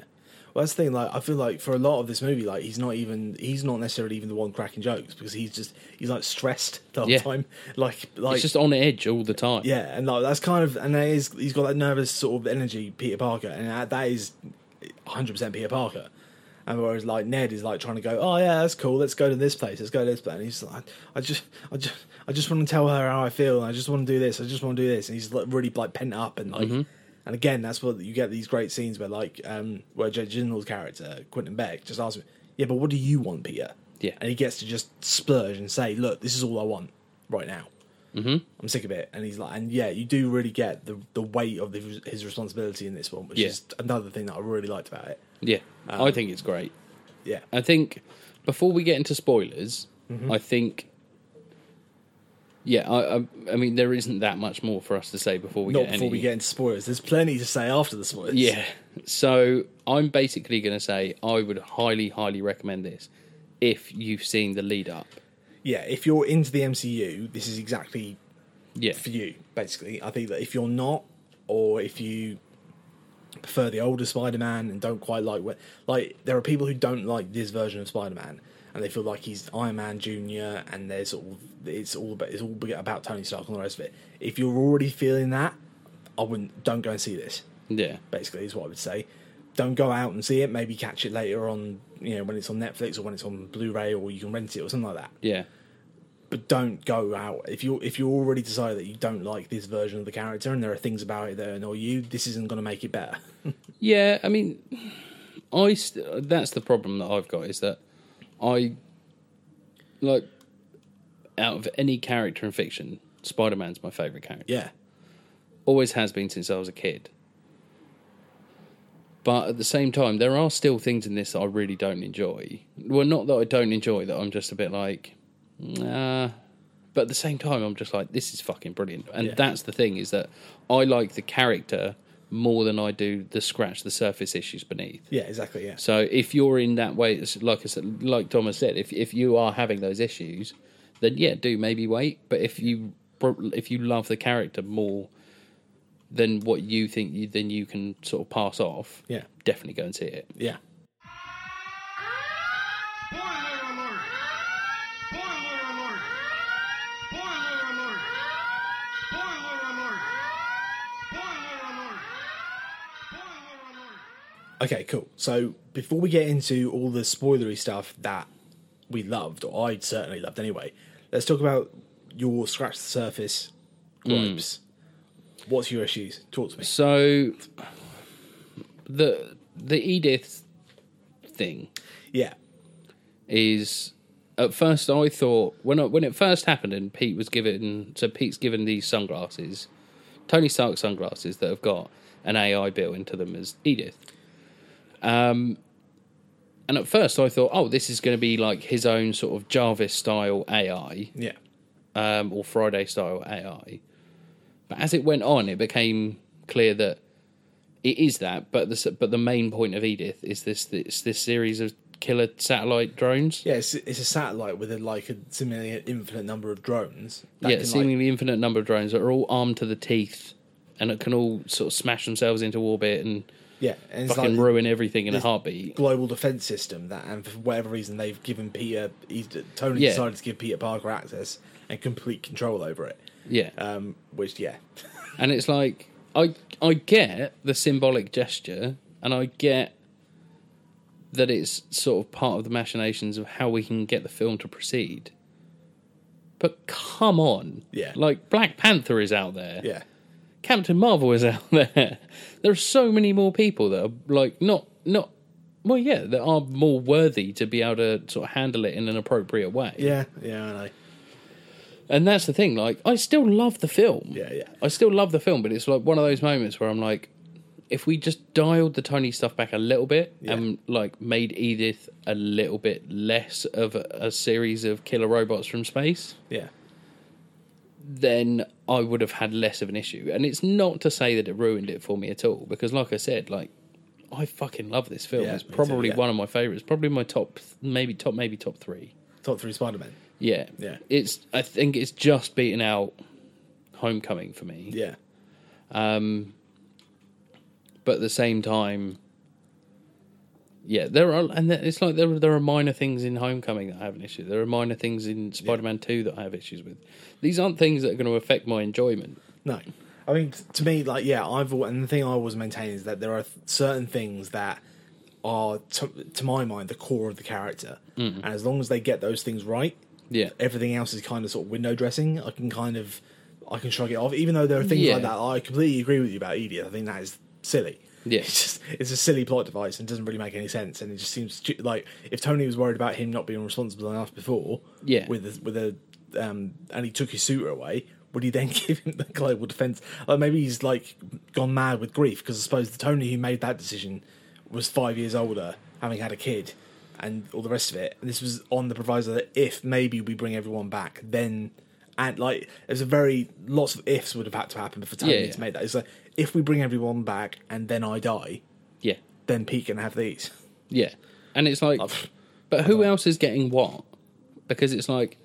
[SPEAKER 1] well that's the thing like i feel like for a lot of this movie like he's not even he's not necessarily even the one cracking jokes because he's just he's like stressed the whole
[SPEAKER 2] Yeah.
[SPEAKER 1] time like like
[SPEAKER 2] It's just on edge all the time.
[SPEAKER 1] Yeah, and like that's kind of and that is he's got that nervous sort of energy, Peter Parker, and that, that is 100 percent Peter Parker. And whereas like Ned is like trying to go, oh yeah, that's cool. Let's go to this place. Let's go to this place. And he's like, I just, I just, I just want to tell her how I feel. And I just want to do this. I just want to do this. And he's like really like pent up and like. And again, that's what you get these great scenes where like um where Judge Gyllenhaal's character Quentin Beck just asks him, yeah, but what do you want, Peter?
[SPEAKER 2] Yeah.
[SPEAKER 1] And he gets to just splurge and say, look, this is all I want right now. I'm sick of it. And he's like, and yeah, you do really get the the weight of the, his responsibility in this one, which
[SPEAKER 2] Yeah.
[SPEAKER 1] is another thing that I really liked about it.
[SPEAKER 2] Yeah. I think it's great.
[SPEAKER 1] Yeah,
[SPEAKER 2] I think before we get into spoilers,
[SPEAKER 1] Mm-hmm.
[SPEAKER 2] I think. Yeah, I, I, I mean, there isn't that much more for us to say before we
[SPEAKER 1] not
[SPEAKER 2] get
[SPEAKER 1] before
[SPEAKER 2] any-
[SPEAKER 1] we get into spoilers. There's plenty to say after the spoilers.
[SPEAKER 2] Yeah. So I'm basically going to say I would highly, highly recommend this if you've seen the lead up.
[SPEAKER 1] yeah. If you're into the MCU, this is exactly
[SPEAKER 2] Yeah.
[SPEAKER 1] for you. Basically, I think that if you're not, or if you prefer the older Spider-Man and don't quite like what, like there are people who don't like this version of Spider-Man, and they feel like he's Iron Man Junior, and there's all it's all about it's all about Tony Stark and the rest of it. If you're already feeling that, I wouldn't don't go and see this.
[SPEAKER 2] Yeah.
[SPEAKER 1] Basically, is what I would say. Don't go out and see it. Maybe catch it later on, you know, when it's on Netflix or when it's on Blu-ray or you can rent it or something like that
[SPEAKER 2] Yeah.
[SPEAKER 1] but don't go out if you if you already decided that you don't like this version of the character and there are things about it that annoy you this isn't going to make it better
[SPEAKER 2] Yeah, I mean, I st- that's the problem that I've got is that I like out of any character in fiction, Spider Man's my favorite character.
[SPEAKER 1] yeah
[SPEAKER 2] Always has been since I was a kid. But at the same time, there are still things in this that I really don't enjoy. Well, not that I don't enjoy, that I'm just a bit like, nah. But at the same time, I'm just like, this is fucking brilliant. And
[SPEAKER 1] Yeah.
[SPEAKER 2] that's the thing is that I like the character more than I do the scratch the surface issues beneath.
[SPEAKER 1] yeah exactly yeah
[SPEAKER 2] So if you're in that way, it's like I said, like Thomas said, if if you are having those issues, then yeah, do maybe wait. But if you pro- if you love the character more than what you think, you, then you can sort of pass off.
[SPEAKER 1] Yeah.
[SPEAKER 2] definitely go and see it.
[SPEAKER 1] yeah
[SPEAKER 3] Boiler alert! Boiler alert! Boiler alert! Boiler alert! Boiler alert! Boiler alert!
[SPEAKER 1] okay cool so before we get into all the spoilery stuff that we loved or i certainly loved anyway let's talk about your scratch the surface
[SPEAKER 2] Hmm.
[SPEAKER 1] gripes what's your issues talk to me
[SPEAKER 2] So the the Edith thing
[SPEAKER 1] yeah
[SPEAKER 2] is at first I thought when I, when it first happened and Pete was given so Pete's given these sunglasses, Tony Stark sunglasses that have got an AI built into them as Edith. Um, And at first, I thought, oh, this is going to be like his own sort of Jarvis style AI
[SPEAKER 1] Yeah.
[SPEAKER 2] um, or Friday style AI. But as it went on, it became clear that it is that. But the s- but the main point of Edith is this this this series of killer satellite drones.
[SPEAKER 1] Yeah, it's, it's a satellite with a, like a seemingly an infinite number of drones. that
[SPEAKER 2] yeah,
[SPEAKER 1] can, like-
[SPEAKER 2] seemingly infinite number of drones that are all armed to the teeth, and it can all sort of smash themselves into orbit and
[SPEAKER 1] yeah, and it's
[SPEAKER 2] fucking
[SPEAKER 1] like
[SPEAKER 2] ruin everything in a
[SPEAKER 1] this-
[SPEAKER 2] heartbeat.
[SPEAKER 1] global defense system that, and for whatever reason, they've given Peter. He's, Tony
[SPEAKER 2] Yeah.
[SPEAKER 1] decided to give Peter Parker access and complete control over it.
[SPEAKER 2] Yeah,
[SPEAKER 1] Um, which yeah, (laughs)
[SPEAKER 2] and it's like I I get the symbolic gesture, and I get that it's sort of part of the machinations of how we can get the film to proceed. But come on,
[SPEAKER 1] Yeah.
[SPEAKER 2] like Black Panther is out there,
[SPEAKER 1] yeah,
[SPEAKER 2] Captain Marvel is out (laughs) there. There are so many more people that are like not not well, yeah, that are more worthy to be able to sort of handle it in an appropriate way.
[SPEAKER 1] yeah, yeah. I know.
[SPEAKER 2] And that's the thing, like I still love the film.
[SPEAKER 1] Yeah, yeah.
[SPEAKER 2] I still love the film, but it's like one of those moments where I'm like, if we just dialed the Tony stuff back a little bit and like made Edith a little bit less of a, a series of killer robots from space,
[SPEAKER 1] Yeah,
[SPEAKER 2] then I would have had less of an issue. And it's not to say that it ruined it for me at all, because like I said, like I fucking love this film.
[SPEAKER 1] Yeah,
[SPEAKER 2] it's
[SPEAKER 1] me too,
[SPEAKER 2] probably
[SPEAKER 1] yeah.
[SPEAKER 2] one of my favorites. Probably my top, maybe top, maybe top three.
[SPEAKER 1] top three Spider Man.
[SPEAKER 2] Yeah,
[SPEAKER 1] Yeah.
[SPEAKER 2] It's I think it's just beaten out Homecoming for me.
[SPEAKER 1] Yeah,
[SPEAKER 2] but at the same time, yeah, there are, and th- it's like there are, there are minor things in Homecoming that I have an issue. There are minor things in Spider-Man Two that I have issues with. These aren't things that are going to affect my enjoyment.
[SPEAKER 1] no, I mean t- to me, like yeah, I've al- and the thing I always maintain is that there are th- certain things that are to, to my mind the core of the character,
[SPEAKER 2] Mm.
[SPEAKER 1] and as long as they get those things right,
[SPEAKER 2] Yeah,
[SPEAKER 1] everything else is kind of sort of window dressing. I can kind of I can shrug it off, even though there are things
[SPEAKER 2] Yeah.
[SPEAKER 1] like that. I completely agree with you about Edith. I think that is silly.
[SPEAKER 2] Yeah.
[SPEAKER 1] It's just it's a silly plot device and doesn't really make any sense. And it just seems stu- like if Tony was worried about him not being responsible enough before,
[SPEAKER 2] Yeah.
[SPEAKER 1] with a, with a um, and he took his suitor away. Would he then (laughs) give him the global defense? Like maybe he's like gone mad with grief because I suppose the Tony who made that decision was five years older, having had a kid, and all the rest of it. And this was on the proviso that if maybe we bring everyone back, then and like there's a very lots of ifs would have had to happen for Tony
[SPEAKER 2] Yeah, yeah.
[SPEAKER 1] to make that. It's like if we bring everyone back and then I die,
[SPEAKER 2] yeah,
[SPEAKER 1] then Pete can have these.
[SPEAKER 2] yeah. And it's like, but who else is getting what? Because it's like,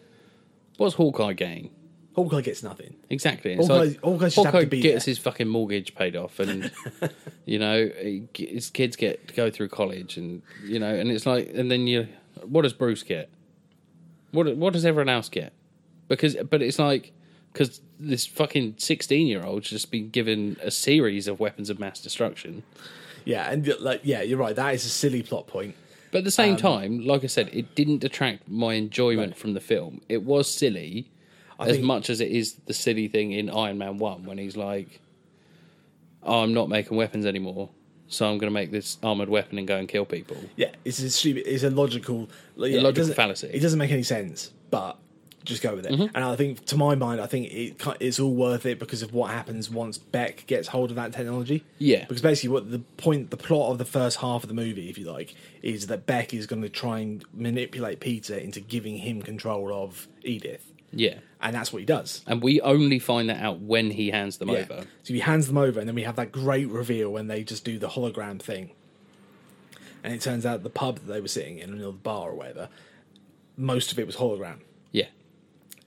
[SPEAKER 2] what's Hawkeye getting?
[SPEAKER 1] Hawkeye gets nothing.
[SPEAKER 2] Exactly. It's
[SPEAKER 1] Hawkeye-
[SPEAKER 2] like,
[SPEAKER 1] Hawkeye should have to
[SPEAKER 2] Hawkeye
[SPEAKER 1] be
[SPEAKER 2] gets
[SPEAKER 1] there.
[SPEAKER 2] his fucking mortgage paid
[SPEAKER 1] (laughs)
[SPEAKER 2] off, and you know he g- his kids get to go through college, and you know, and it's like, and then you, what does Bruce get? What what does everyone else get? Because, but it's like, because this fucking sixteen-year-old's just been given a series of weapons of mass destruction.
[SPEAKER 1] Yeah, and like yeah, you're right. That is a silly plot point.
[SPEAKER 2] But at the same
[SPEAKER 1] Um,
[SPEAKER 2] time, like I said, it didn't detract my enjoyment from the film. It was silly, as
[SPEAKER 1] think-
[SPEAKER 2] much as it is the silly thing in Iron Man One when he's like, oh, "I'm not making weapons anymore, so I'm going to make this armored weapon and go and kill people."
[SPEAKER 1] Yeah, it's a stupid. It's a logical, like, yeah, it
[SPEAKER 2] logical
[SPEAKER 1] doesn't-
[SPEAKER 2] fallacy. Mm-hmm.
[SPEAKER 1] It doesn't make any sense, but just go with it. And I think, to my mind, I think it ki- it's all worth it because of what happens once Beck gets hold of that technology.
[SPEAKER 2] Yeah.
[SPEAKER 1] because basically, what the point, the plot of the first half of the movie, if you like, is that Beck is going to try and manipulate Peter into giving him control of Edith,
[SPEAKER 2] Yeah,
[SPEAKER 1] and that's what he does.
[SPEAKER 2] and we only find that out when he hands them
[SPEAKER 1] Yeah.
[SPEAKER 2] over.
[SPEAKER 1] So he hands them over, and then we have that great reveal when they just do the hologram thing. And it turns out the pub that they were sitting in, or the bar or whatever, most of it was hologram.
[SPEAKER 2] Yeah,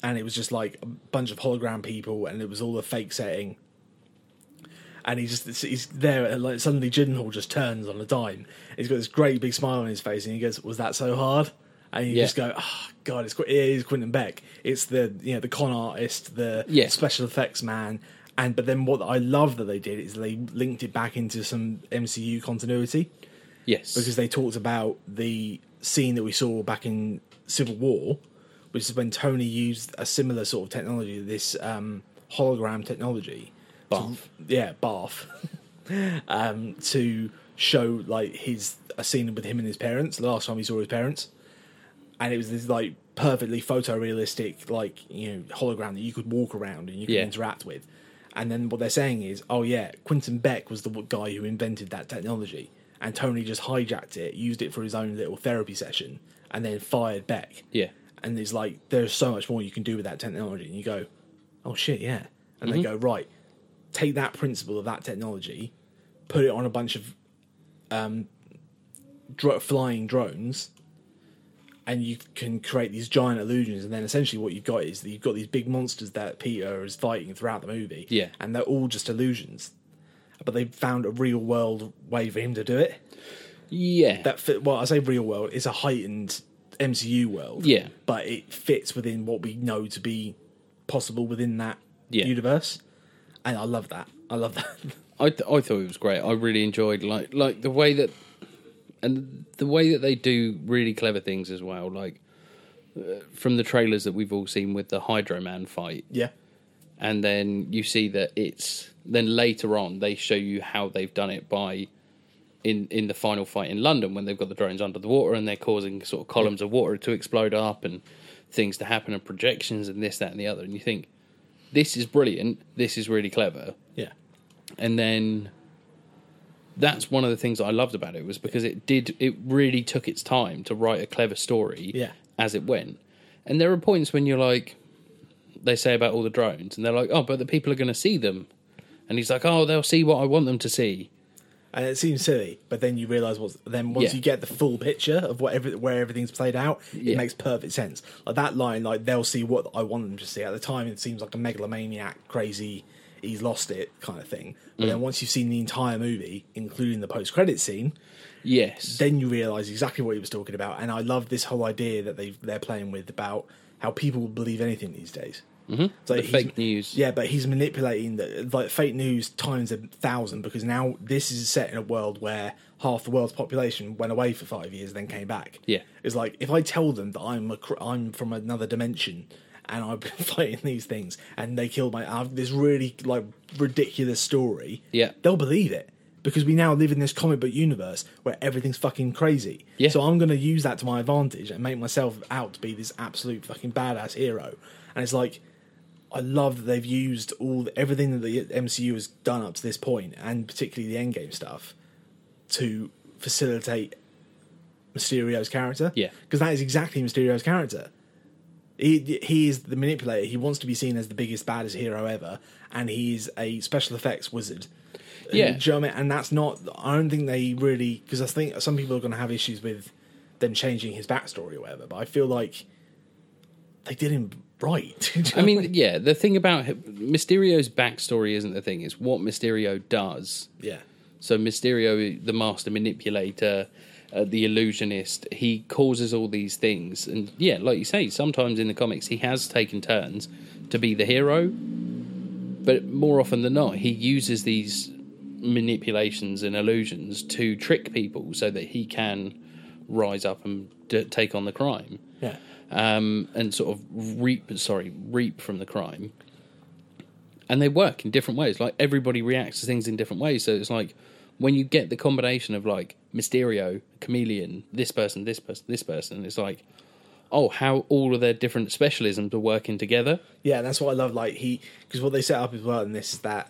[SPEAKER 1] And it was just like a bunch of hologram people, and it was all a fake setting. And he's just he's there, and like suddenly Gyllenhaal just turns on a dime. He's got this great big smile on his face, and he goes, "Was that so hard?" And you
[SPEAKER 2] Yeah.
[SPEAKER 1] just go, "Oh God, it's Qu- it is Quentin Beck. It's the you know the con artist, the
[SPEAKER 2] Yeah.
[SPEAKER 1] special effects man." And but then what I love that they did is they linked it back into some MCU continuity
[SPEAKER 2] yes,
[SPEAKER 1] because they talked about the scene that we saw back in Civil War, which is when Tony used a similar sort of technology, this um, hologram technology, to-
[SPEAKER 2] Bath.
[SPEAKER 1] yeah, bath, (laughs) um, to show like his a scene with him and his parents. The last time he saw his parents, and it was this like perfectly photorealistic, like you know, hologram that you could walk around and you could
[SPEAKER 2] Yeah.
[SPEAKER 1] interact with. And then what they're saying is, oh yeah, Quentin Beck was the w- guy who invented that technology, and Tony just hijacked it, used it for his own little therapy session, and then fired back.
[SPEAKER 2] Yeah.
[SPEAKER 1] And it's like there's so much more you can do with that technology, and you go, oh shit, yeah. And they go right, take that principle of that technology, put it on a bunch of um, dro- flying drones and you can create these giant illusions and then essentially what you've got is that you've got these big monsters that peter is fighting throughout the movie
[SPEAKER 2] Yeah.
[SPEAKER 1] and they're all just illusions but they've found a real world way for him to do it
[SPEAKER 2] Yeah.
[SPEAKER 1] that fit well i say real world it's a heightened mcu world
[SPEAKER 2] Yeah.
[SPEAKER 1] but it fits within what we know to be possible within that
[SPEAKER 2] Yeah.
[SPEAKER 1] universe and i love that i love that (laughs)
[SPEAKER 2] I th- I thought it was great. I really enjoyed like like the way that and the way that they do really clever things as well. Like uh, from the trailers that we've all seen with the Hydro Man fight,
[SPEAKER 1] yeah
[SPEAKER 2] and then you see that it's then later on they show you how they've done it by in in the final fight in London when they've got the drones under the water and they're causing sort of columns of water to explode up and things to happen and projections and this that and the other and you think this is brilliant this is really clever
[SPEAKER 1] yeah
[SPEAKER 2] and then that's one of the things that I loved about it was because it did it really took its time to write a clever story
[SPEAKER 1] Yeah.
[SPEAKER 2] as it went. And there are points when you're like they say about all the drones and they're like, "Oh, but the people are going to see them." And he's like, "Oh, they'll see what I want them to see."
[SPEAKER 1] and it seems silly, but then you realise what's then once
[SPEAKER 2] Yeah.
[SPEAKER 1] you get the full picture of whatever where everything's played out,
[SPEAKER 2] Yeah.
[SPEAKER 1] it makes perfect sense. Like that line, like they'll see what I want them to see. At the time, it seems like a megalomaniac, crazy, he's lost it kind of thing.
[SPEAKER 2] Mm.
[SPEAKER 1] But then once you've seen the entire movie, including the post credit scene,
[SPEAKER 2] Yes.
[SPEAKER 1] then you realise exactly what he was talking about. And I love this whole idea that they they're playing with about how people will believe anything these days. Mm-hmm. So he's-
[SPEAKER 2] fake news.
[SPEAKER 1] yeah, but he's manipulating the like fake news times a thousand because now this is set in a world where half the world's population went away for five years and then came back.
[SPEAKER 2] Yeah.
[SPEAKER 1] it's like if I tell them that I'm a, cr- I'm from another dimension and I've been (laughs) fighting these things and they killed my I have this really like ridiculous story.
[SPEAKER 2] Yeah.
[SPEAKER 1] they'll believe it because we now live in this comic book universe where everything's fucking crazy.
[SPEAKER 2] Yeah.
[SPEAKER 1] So I'm going to use that to my advantage and make myself out to be this absolute fucking badass hero. And it's like I love that they've used all everything that the MCU has done up to this point, and particularly the Endgame stuff, to facilitate Mysterio's character.
[SPEAKER 2] Yeah.
[SPEAKER 1] because that is exactly Mysterio's character. He he is the manipulator. He wants to be seen as the biggest, baddest hero ever, and he's a special effects wizard.
[SPEAKER 2] Yeah.
[SPEAKER 1] Do you know what I mean? And that's not. I don't think they really because I think some people are going to have issues with them changing his backstory or whatever. But I feel like they did him right. (laughs) Do you know
[SPEAKER 2] I
[SPEAKER 1] what
[SPEAKER 2] mean, yeah, the thing about Mysterio's backstory isn't the thing, it's what Mysterio does.
[SPEAKER 1] Yeah.
[SPEAKER 2] So Mysterio, the master manipulator, uh, the illusionist, he causes all these things. And yeah, like you say, sometimes in the comics he has taken turns to be the hero, but more often than not, he uses these manipulations and illusions to trick people so that he can rise up and d- take on the crime
[SPEAKER 1] Yeah.
[SPEAKER 2] um, and sort of reap sorry reap from the crime and they work in different ways like everybody reacts to things in different ways so it's like when you get the combination of like mysterio chameleon this person this person this person it's like oh how all of their different specialisms are working together
[SPEAKER 1] Yeah, and that's what I love. Like he, because what they set up as well in this is that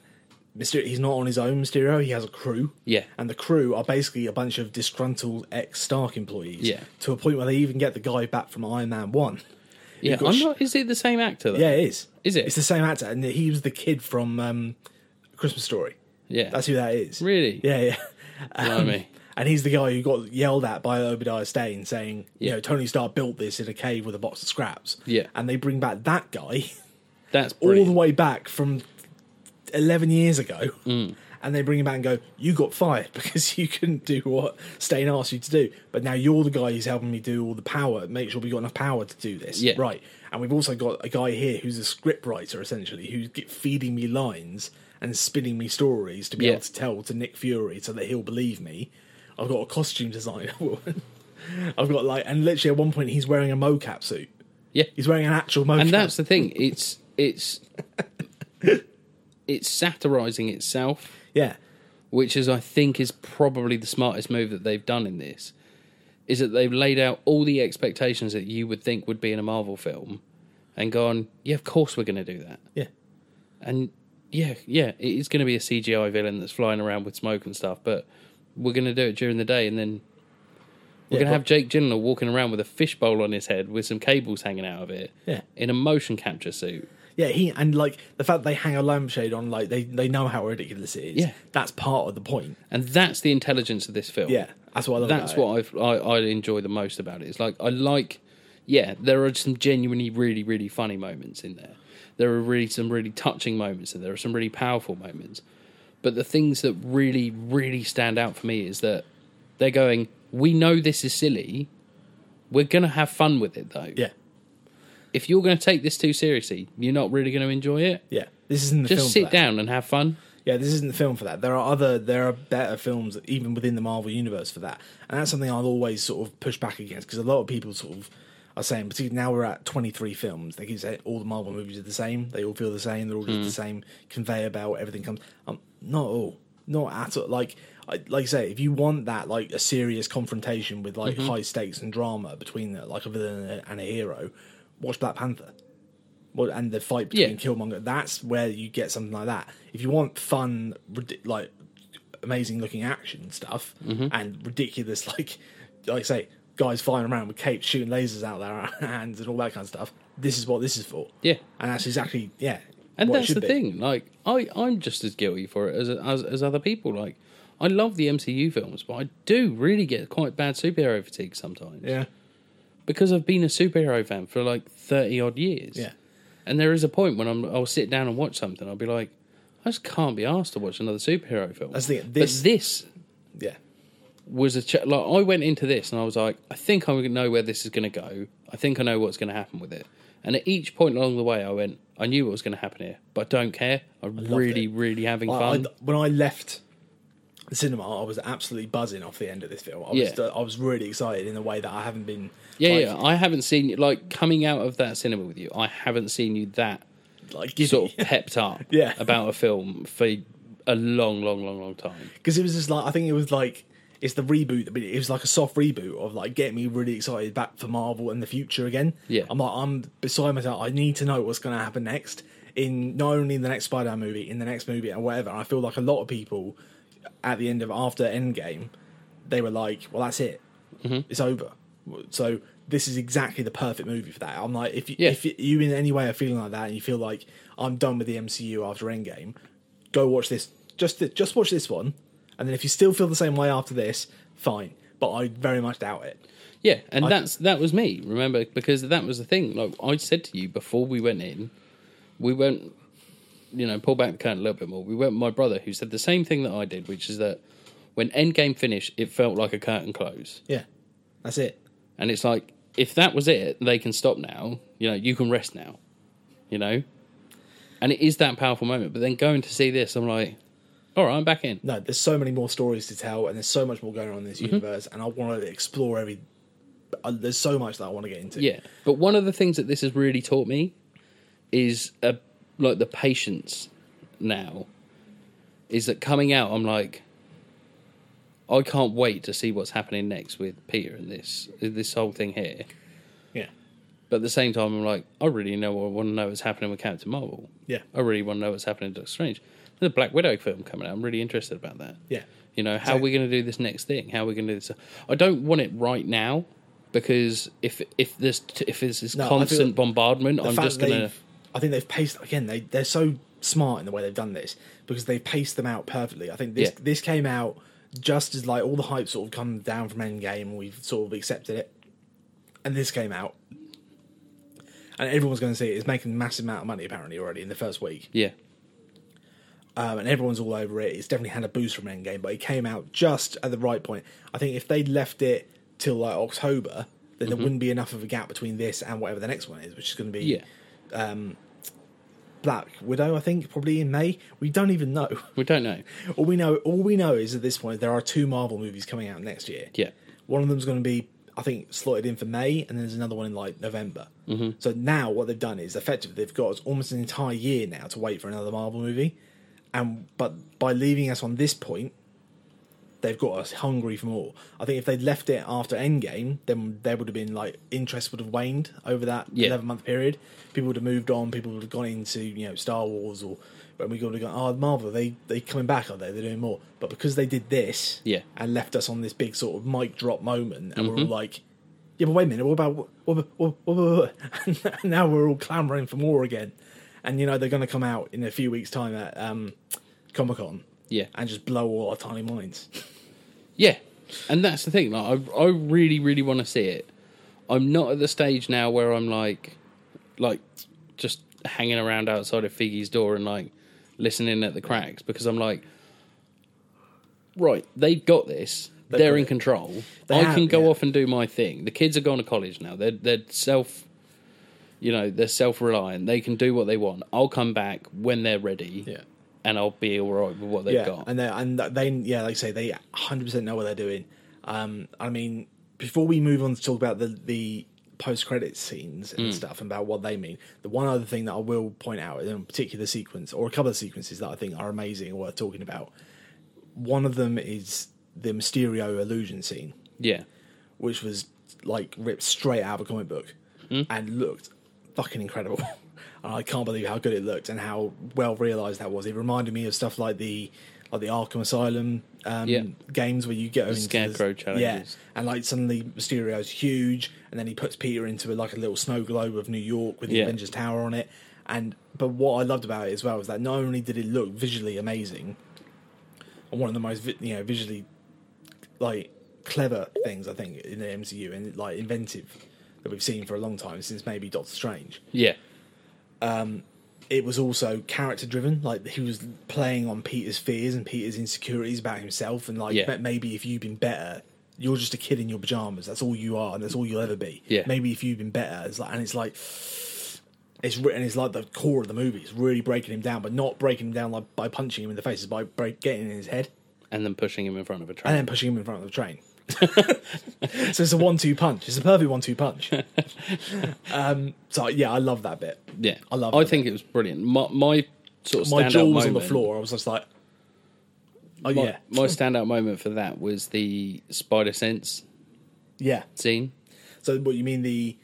[SPEAKER 1] Mysterio, he's not on his own. Mysterio, he has a crew.
[SPEAKER 2] Yeah.
[SPEAKER 1] and the crew are basically a bunch of disgruntled ex Stark employees.
[SPEAKER 2] Yeah.
[SPEAKER 1] to a point where they even get the guy back from Iron Man One.
[SPEAKER 2] yeah
[SPEAKER 1] got
[SPEAKER 2] i'm
[SPEAKER 1] sh-
[SPEAKER 2] not is it the same actor though
[SPEAKER 1] Yeah, it is.
[SPEAKER 2] Is it?
[SPEAKER 1] It's the same actor, and he was the kid from um, Christmas Story.
[SPEAKER 2] yeah
[SPEAKER 1] That's who that is.
[SPEAKER 2] Really?
[SPEAKER 1] Yeah, yeah. Um, (laughs)
[SPEAKER 2] Blimey.
[SPEAKER 1] and he's the guy who got yelled at by Obadiah Stane saying, you
[SPEAKER 2] Yeah.
[SPEAKER 1] know, Tony Stark built this in a cave with a box of scraps.
[SPEAKER 2] Yeah.
[SPEAKER 1] And they bring back that guy
[SPEAKER 2] that's
[SPEAKER 1] all
[SPEAKER 2] brilliant.
[SPEAKER 1] the way back from 11 years ago
[SPEAKER 2] Mm.
[SPEAKER 1] and they bring him back and go you got fired (laughs) because you couldn't do what Stain asked you to do but now you're the guy who's helping me do all the power make sure we got enough power to do this
[SPEAKER 2] Yeah.
[SPEAKER 1] right and we've also got a guy here who's a script writer essentially who's get- feeding me lines and spinning me stories to be
[SPEAKER 2] Yeah.
[SPEAKER 1] able to tell to Nick Fury so that he'll believe me I've got a costume designer (laughs) woman I've got like and literally at one point he's wearing a mocap suit
[SPEAKER 2] yeah
[SPEAKER 1] he's wearing an actual mocap
[SPEAKER 2] and that's the thing it's
[SPEAKER 1] (laughs)
[SPEAKER 2] it's it's satirizing itself
[SPEAKER 1] yeah
[SPEAKER 2] which is I think is probably the smartest move that they've done in this, is that they've laid out all the expectations that you would think would be in a Marvel film, and gone, yeah, of course we're going to do that,
[SPEAKER 1] yeah
[SPEAKER 2] and yeah, yeah, it is going to be a CGI villain that's flying around with smoke and stuff, but we're going to do it during the day, and then
[SPEAKER 1] Yeah,
[SPEAKER 2] we're going
[SPEAKER 1] but-
[SPEAKER 2] to have Jake Gyllenhaal walking around with a fishbowl on his head with some cables hanging out of it,
[SPEAKER 1] Yeah.
[SPEAKER 2] in a motion capture suit.
[SPEAKER 1] Yeah, he and like the fact they hang a lampshade on, like they they know how ridiculous it is.
[SPEAKER 2] Yeah.
[SPEAKER 1] that's part of the point.
[SPEAKER 2] and that's the intelligence of this film.
[SPEAKER 1] Yeah, that's what I love.
[SPEAKER 2] that's
[SPEAKER 1] about it.
[SPEAKER 2] what I've, I I enjoy the most about it. It's like I like, yeah, there are some genuinely really really funny moments in there. There are really some really touching moments, and there are some really powerful moments. But the things that really really stand out for me is that they're going. We know this is silly. We're gonna have fun with it though.
[SPEAKER 1] Yeah,
[SPEAKER 2] If you're gonna take this too seriously, you're not really gonna enjoy it.
[SPEAKER 1] yeah. This isn't the film
[SPEAKER 2] Just
[SPEAKER 1] for
[SPEAKER 2] sit
[SPEAKER 1] that.
[SPEAKER 2] down and have fun.
[SPEAKER 1] Yeah, this isn't the film for that. There are other, there are better films even within the Marvel universe for that, and that's something I'll always sort of push back against because a lot of people sort of are saying, particularly now we're at twenty three films, they keep saying all the Marvel movies are the same, they all feel the same, they're all just the same conveyor belt, everything comes. Um, not all, not at all. Like, I, like I say, if you want that, like a serious confrontation with like high stakes and drama between like a villain and a- and a hero, watch Black Panther well, and the fight between
[SPEAKER 2] Yeah.
[SPEAKER 1] Killmonger. That's where you get something like that. If you want fun, ridi- like amazing looking action stuff
[SPEAKER 2] Mm-hmm.
[SPEAKER 1] and ridiculous, (laughs) like like I say, guys flying around with capes, shooting lasers out their (laughs) hands and all that kind of stuff. This is what this is for.
[SPEAKER 2] Yeah.
[SPEAKER 1] and that's exactly yeah.
[SPEAKER 2] and
[SPEAKER 1] what it
[SPEAKER 2] that's
[SPEAKER 1] should
[SPEAKER 2] the
[SPEAKER 1] be.
[SPEAKER 2] thing. Like I, I'm just as guilty for it as, as as other people. Like I love the MCU films, but I do really get quite bad superhero fatigue sometimes.
[SPEAKER 1] Yeah,
[SPEAKER 2] because I've been a superhero fan for like thirty odd years.
[SPEAKER 1] Yeah.
[SPEAKER 2] and there is a point when I'm I'll sit down and watch something. I'll be like, I just can't be asked to watch another superhero film.
[SPEAKER 1] That's the thing,
[SPEAKER 2] this,
[SPEAKER 1] this-
[SPEAKER 2] but this
[SPEAKER 1] yeah,
[SPEAKER 2] was a ch- like I went into this and I was like, I think I know where this is going to go. I think I know what's going to happen with it. And at each point along the way, I went, I knew what was going to happen here, but I don't care. I'm really,
[SPEAKER 1] it.
[SPEAKER 2] really having
[SPEAKER 1] I-
[SPEAKER 2] fun.
[SPEAKER 1] I- when I left the cinema, I was absolutely buzzing off the end of this film. I was
[SPEAKER 2] Yeah.
[SPEAKER 1] I was really excited in a way that I haven't been.
[SPEAKER 2] yeah,
[SPEAKER 1] like,
[SPEAKER 2] yeah. I haven't seen you like coming out of that cinema with you. I haven't seen you that
[SPEAKER 1] like giddy.
[SPEAKER 2] sort of pepped up
[SPEAKER 1] (laughs) Yeah.
[SPEAKER 2] about a film for a long, long, long, long time.
[SPEAKER 1] because it was just like I think it was like it's the reboot, but it was like a soft reboot of like getting me really excited back for Marvel and the future again.
[SPEAKER 2] Yeah.
[SPEAKER 1] I'm like I'm beside myself. I need to know what's going to happen next in not only the next Spider-Man movie, in the next movie and whatever. And I feel like a lot of people at the end of after Endgame, they were like, "Well, that's it,
[SPEAKER 2] Mm-hmm.
[SPEAKER 1] it's over." So this is exactly the perfect movie for that. I'm like, if you,
[SPEAKER 2] Yeah.
[SPEAKER 1] if you in any way are feeling like that and you feel like I'm done with the MCU after Endgame, go watch this. Just just watch this one, and then if you still feel the same way after this, fine. But I very much doubt it.
[SPEAKER 2] Yeah, and that's that was me. Remember, because that was the thing. Like I said to you before we went in, we went, you know, pull back the curtain a little bit more. We went. with My brother, who said the same thing that I did, which is that when Endgame finished, it felt like a curtain close,
[SPEAKER 1] Yeah, that's it.
[SPEAKER 2] and it's like if that was it, they can stop now. You know, you can rest now. You know, and it is that powerful moment. But then going to see this, I'm like, all right, I'm back in.
[SPEAKER 1] No, there's so many more stories to tell, and there's so much more going on in this
[SPEAKER 2] Mm-hmm.
[SPEAKER 1] universe, and I want to explore every. uh, There's so much that I want to get into.
[SPEAKER 2] Yeah, but one of the things that this has really taught me is uh like the patience. Now, is that coming out? I'm like, I can't wait to see what's happening next with Peter and this this whole thing here.
[SPEAKER 1] yeah,
[SPEAKER 2] But at the same time, I'm like, I really know what I want to know what's happening with Captain Marvel.
[SPEAKER 1] yeah,
[SPEAKER 2] I really want to know what's happening to Doctor Strange. The Black Widow film coming out. I'm really interested about that.
[SPEAKER 1] yeah.
[SPEAKER 2] You know, how are we going to do this next thing? How are we going to do this? I don't want it right now because if if there's if there's this
[SPEAKER 1] No, I feel
[SPEAKER 2] constant
[SPEAKER 1] that
[SPEAKER 2] bombardment,
[SPEAKER 1] the
[SPEAKER 2] I'm
[SPEAKER 1] fact
[SPEAKER 2] just going to.
[SPEAKER 1] they've- I think they've paced again. They they're so smart in the way they've done this because they've paced them out perfectly. I think this
[SPEAKER 2] Yeah.
[SPEAKER 1] this came out just as like all the hype sort of come down from Endgame, and we've sort of accepted it, and this came out, and everyone's going to see it. It's making a massive amount of money apparently already in the first week,
[SPEAKER 2] Yeah,
[SPEAKER 1] um, and everyone's all over it. It's definitely had a boost from Endgame, but it came out just at the right point. I think if they'd left it till like October, then there wouldn't be enough of a gap between this and whatever the next one is, which is going to be
[SPEAKER 2] Mm-hmm. yeah.
[SPEAKER 1] Black Widow, I think, probably in May. We don't even know. (laughs)
[SPEAKER 2] We don't know.
[SPEAKER 1] All we know, all we know is at this point there are two Marvel movies coming out next year.
[SPEAKER 2] Yeah,
[SPEAKER 1] One of them's going to be, I think, slotted in for May, and then there's another one in like November. Mm-hmm. So now what they've done is effectively they've got us almost an entire year now to wait for another Marvel movie, and but by leaving us on this point, They've got us hungry for more. I think if they'd left it after Endgame, then there would have been like interest would have waned over that
[SPEAKER 2] Yeah.
[SPEAKER 1] eleven month period. People would have moved on. People would have gone into you know Star Wars or when we would have gone, oh Marvel, they they coming back, are they? They're doing more. But because they did this,
[SPEAKER 2] Yeah. Mm-hmm.
[SPEAKER 1] and left us on this big sort of mic drop moment, and we're all like. Yeah, but wait a minute. What about what? what, what, what, what, what? (laughs) And now we're all clamoring for more again, and you know they're going to come out in a few weeks' time at um, Comic Con
[SPEAKER 2] Yeah.
[SPEAKER 1] and just blow all our tiny minds.
[SPEAKER 2] Yeah, and that's the thing. Like, I, I really, really want to see it. I'm not at the stage now where I'm like, like, just hanging around outside of Figgy's door and like listening at the cracks because I'm like, right, they got this.
[SPEAKER 1] They've
[SPEAKER 2] They're
[SPEAKER 1] got
[SPEAKER 2] in
[SPEAKER 1] it.
[SPEAKER 2] control.
[SPEAKER 1] They
[SPEAKER 2] I
[SPEAKER 1] have,
[SPEAKER 2] can go
[SPEAKER 1] yeah.
[SPEAKER 2] off and do my thing. The kids are going to college now. They're they're self, you know, they're self reliant. They can do what they want. I'll come back when they're ready.
[SPEAKER 1] Yeah.
[SPEAKER 2] And I'll be all right with what they've
[SPEAKER 1] yeah,
[SPEAKER 2] got.
[SPEAKER 1] and they and they yeah, like I say, they 100 percent know what they're doing. Um, I mean, before we move on to talk about the the post credit scenes
[SPEAKER 2] Mm.
[SPEAKER 1] and stuff and about what they mean, the one other thing that I will point out in a particular sequence or a couple of sequences that I think are amazing and worth talking about. One of them is the Mysterio illusion scene.
[SPEAKER 2] yeah.
[SPEAKER 1] which was like ripped straight out of a comic book
[SPEAKER 2] Hmm?
[SPEAKER 1] and looked fucking incredible. (laughs) and I can't believe how good it looked and how well realized that was. It reminded me of stuff like the like the Arkham Asylum um,
[SPEAKER 2] Yeah.
[SPEAKER 1] games where you go into the-
[SPEAKER 2] Scarecrow challenges.
[SPEAKER 1] yeah, and like suddenly Mysterio's huge, and then he puts Peter into like a little snow globe of New York with the
[SPEAKER 2] Yeah.
[SPEAKER 1] Avengers Tower on it. And but what I loved about it as well is that not only did it look visually amazing, and one of the most vi- you know visually like clever things I think in the MCU and like inventive that we've seen for a long time since maybe Doctor Strange.
[SPEAKER 2] Yeah.
[SPEAKER 1] It was also character driven, like he was playing on Peter's fears and Peter's insecurities about himself, and like
[SPEAKER 2] Yeah.
[SPEAKER 1] ma- maybe if you've been better, you're just a kid in your pajamas. That's all you are, and that's all you'll ever be.
[SPEAKER 2] Yeah.
[SPEAKER 1] Maybe if you've been better, it's like, and it's like. It's written. It's like the core of the movie. It's really breaking him down, but not breaking him down like by punching him in the face. It's by break, getting in his head.
[SPEAKER 2] And then pushing him in front of a
[SPEAKER 1] and
[SPEAKER 2] train.
[SPEAKER 1] then pushing him in front of the
[SPEAKER 2] (laughs)
[SPEAKER 1] train. so it's a one-two punch. It's a perfect one-two punch. (laughs) um, so yeah, I love that bit.
[SPEAKER 2] Yeah,
[SPEAKER 1] I love
[SPEAKER 2] I
[SPEAKER 1] that
[SPEAKER 2] think it was brilliant. My, my sort of
[SPEAKER 1] My
[SPEAKER 2] standout
[SPEAKER 1] jaw was
[SPEAKER 2] moment,
[SPEAKER 1] on the floor. I was just like, oh
[SPEAKER 2] My,
[SPEAKER 1] yeah,
[SPEAKER 2] my standout moment for that was the spider sense
[SPEAKER 1] yeah.
[SPEAKER 2] scene.
[SPEAKER 1] So what you mean the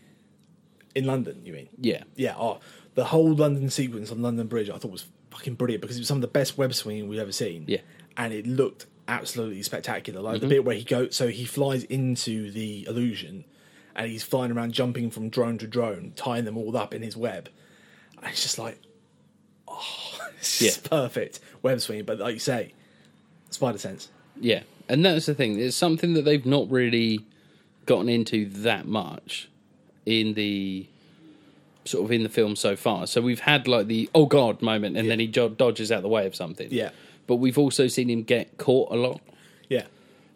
[SPEAKER 1] in London? You mean
[SPEAKER 2] Yeah,
[SPEAKER 1] yeah? Oh, the whole London sequence on London Bridge, I thought was fucking brilliant because it was some of the best web swinging we've ever seen.
[SPEAKER 2] Yeah. Mm-hmm.
[SPEAKER 1] and it looked absolutely spectacular. Like the bit where he goes, so he flies into the illusion, and he's flying around, jumping from drone to drone, tying them all up in his web. And it's just like, oh, (laughs) it's just
[SPEAKER 2] Yeah.
[SPEAKER 1] perfect web swinging. But like you say, spider sense.
[SPEAKER 2] yeah, and that's the thing. It's something that they've not really gotten into that much in the sort of in the film so far. So we've had like the oh god moment, and then he jo- dodges out the way of something.
[SPEAKER 1] Yeah.
[SPEAKER 2] but we've also seen him get caught a lot.
[SPEAKER 1] Yeah,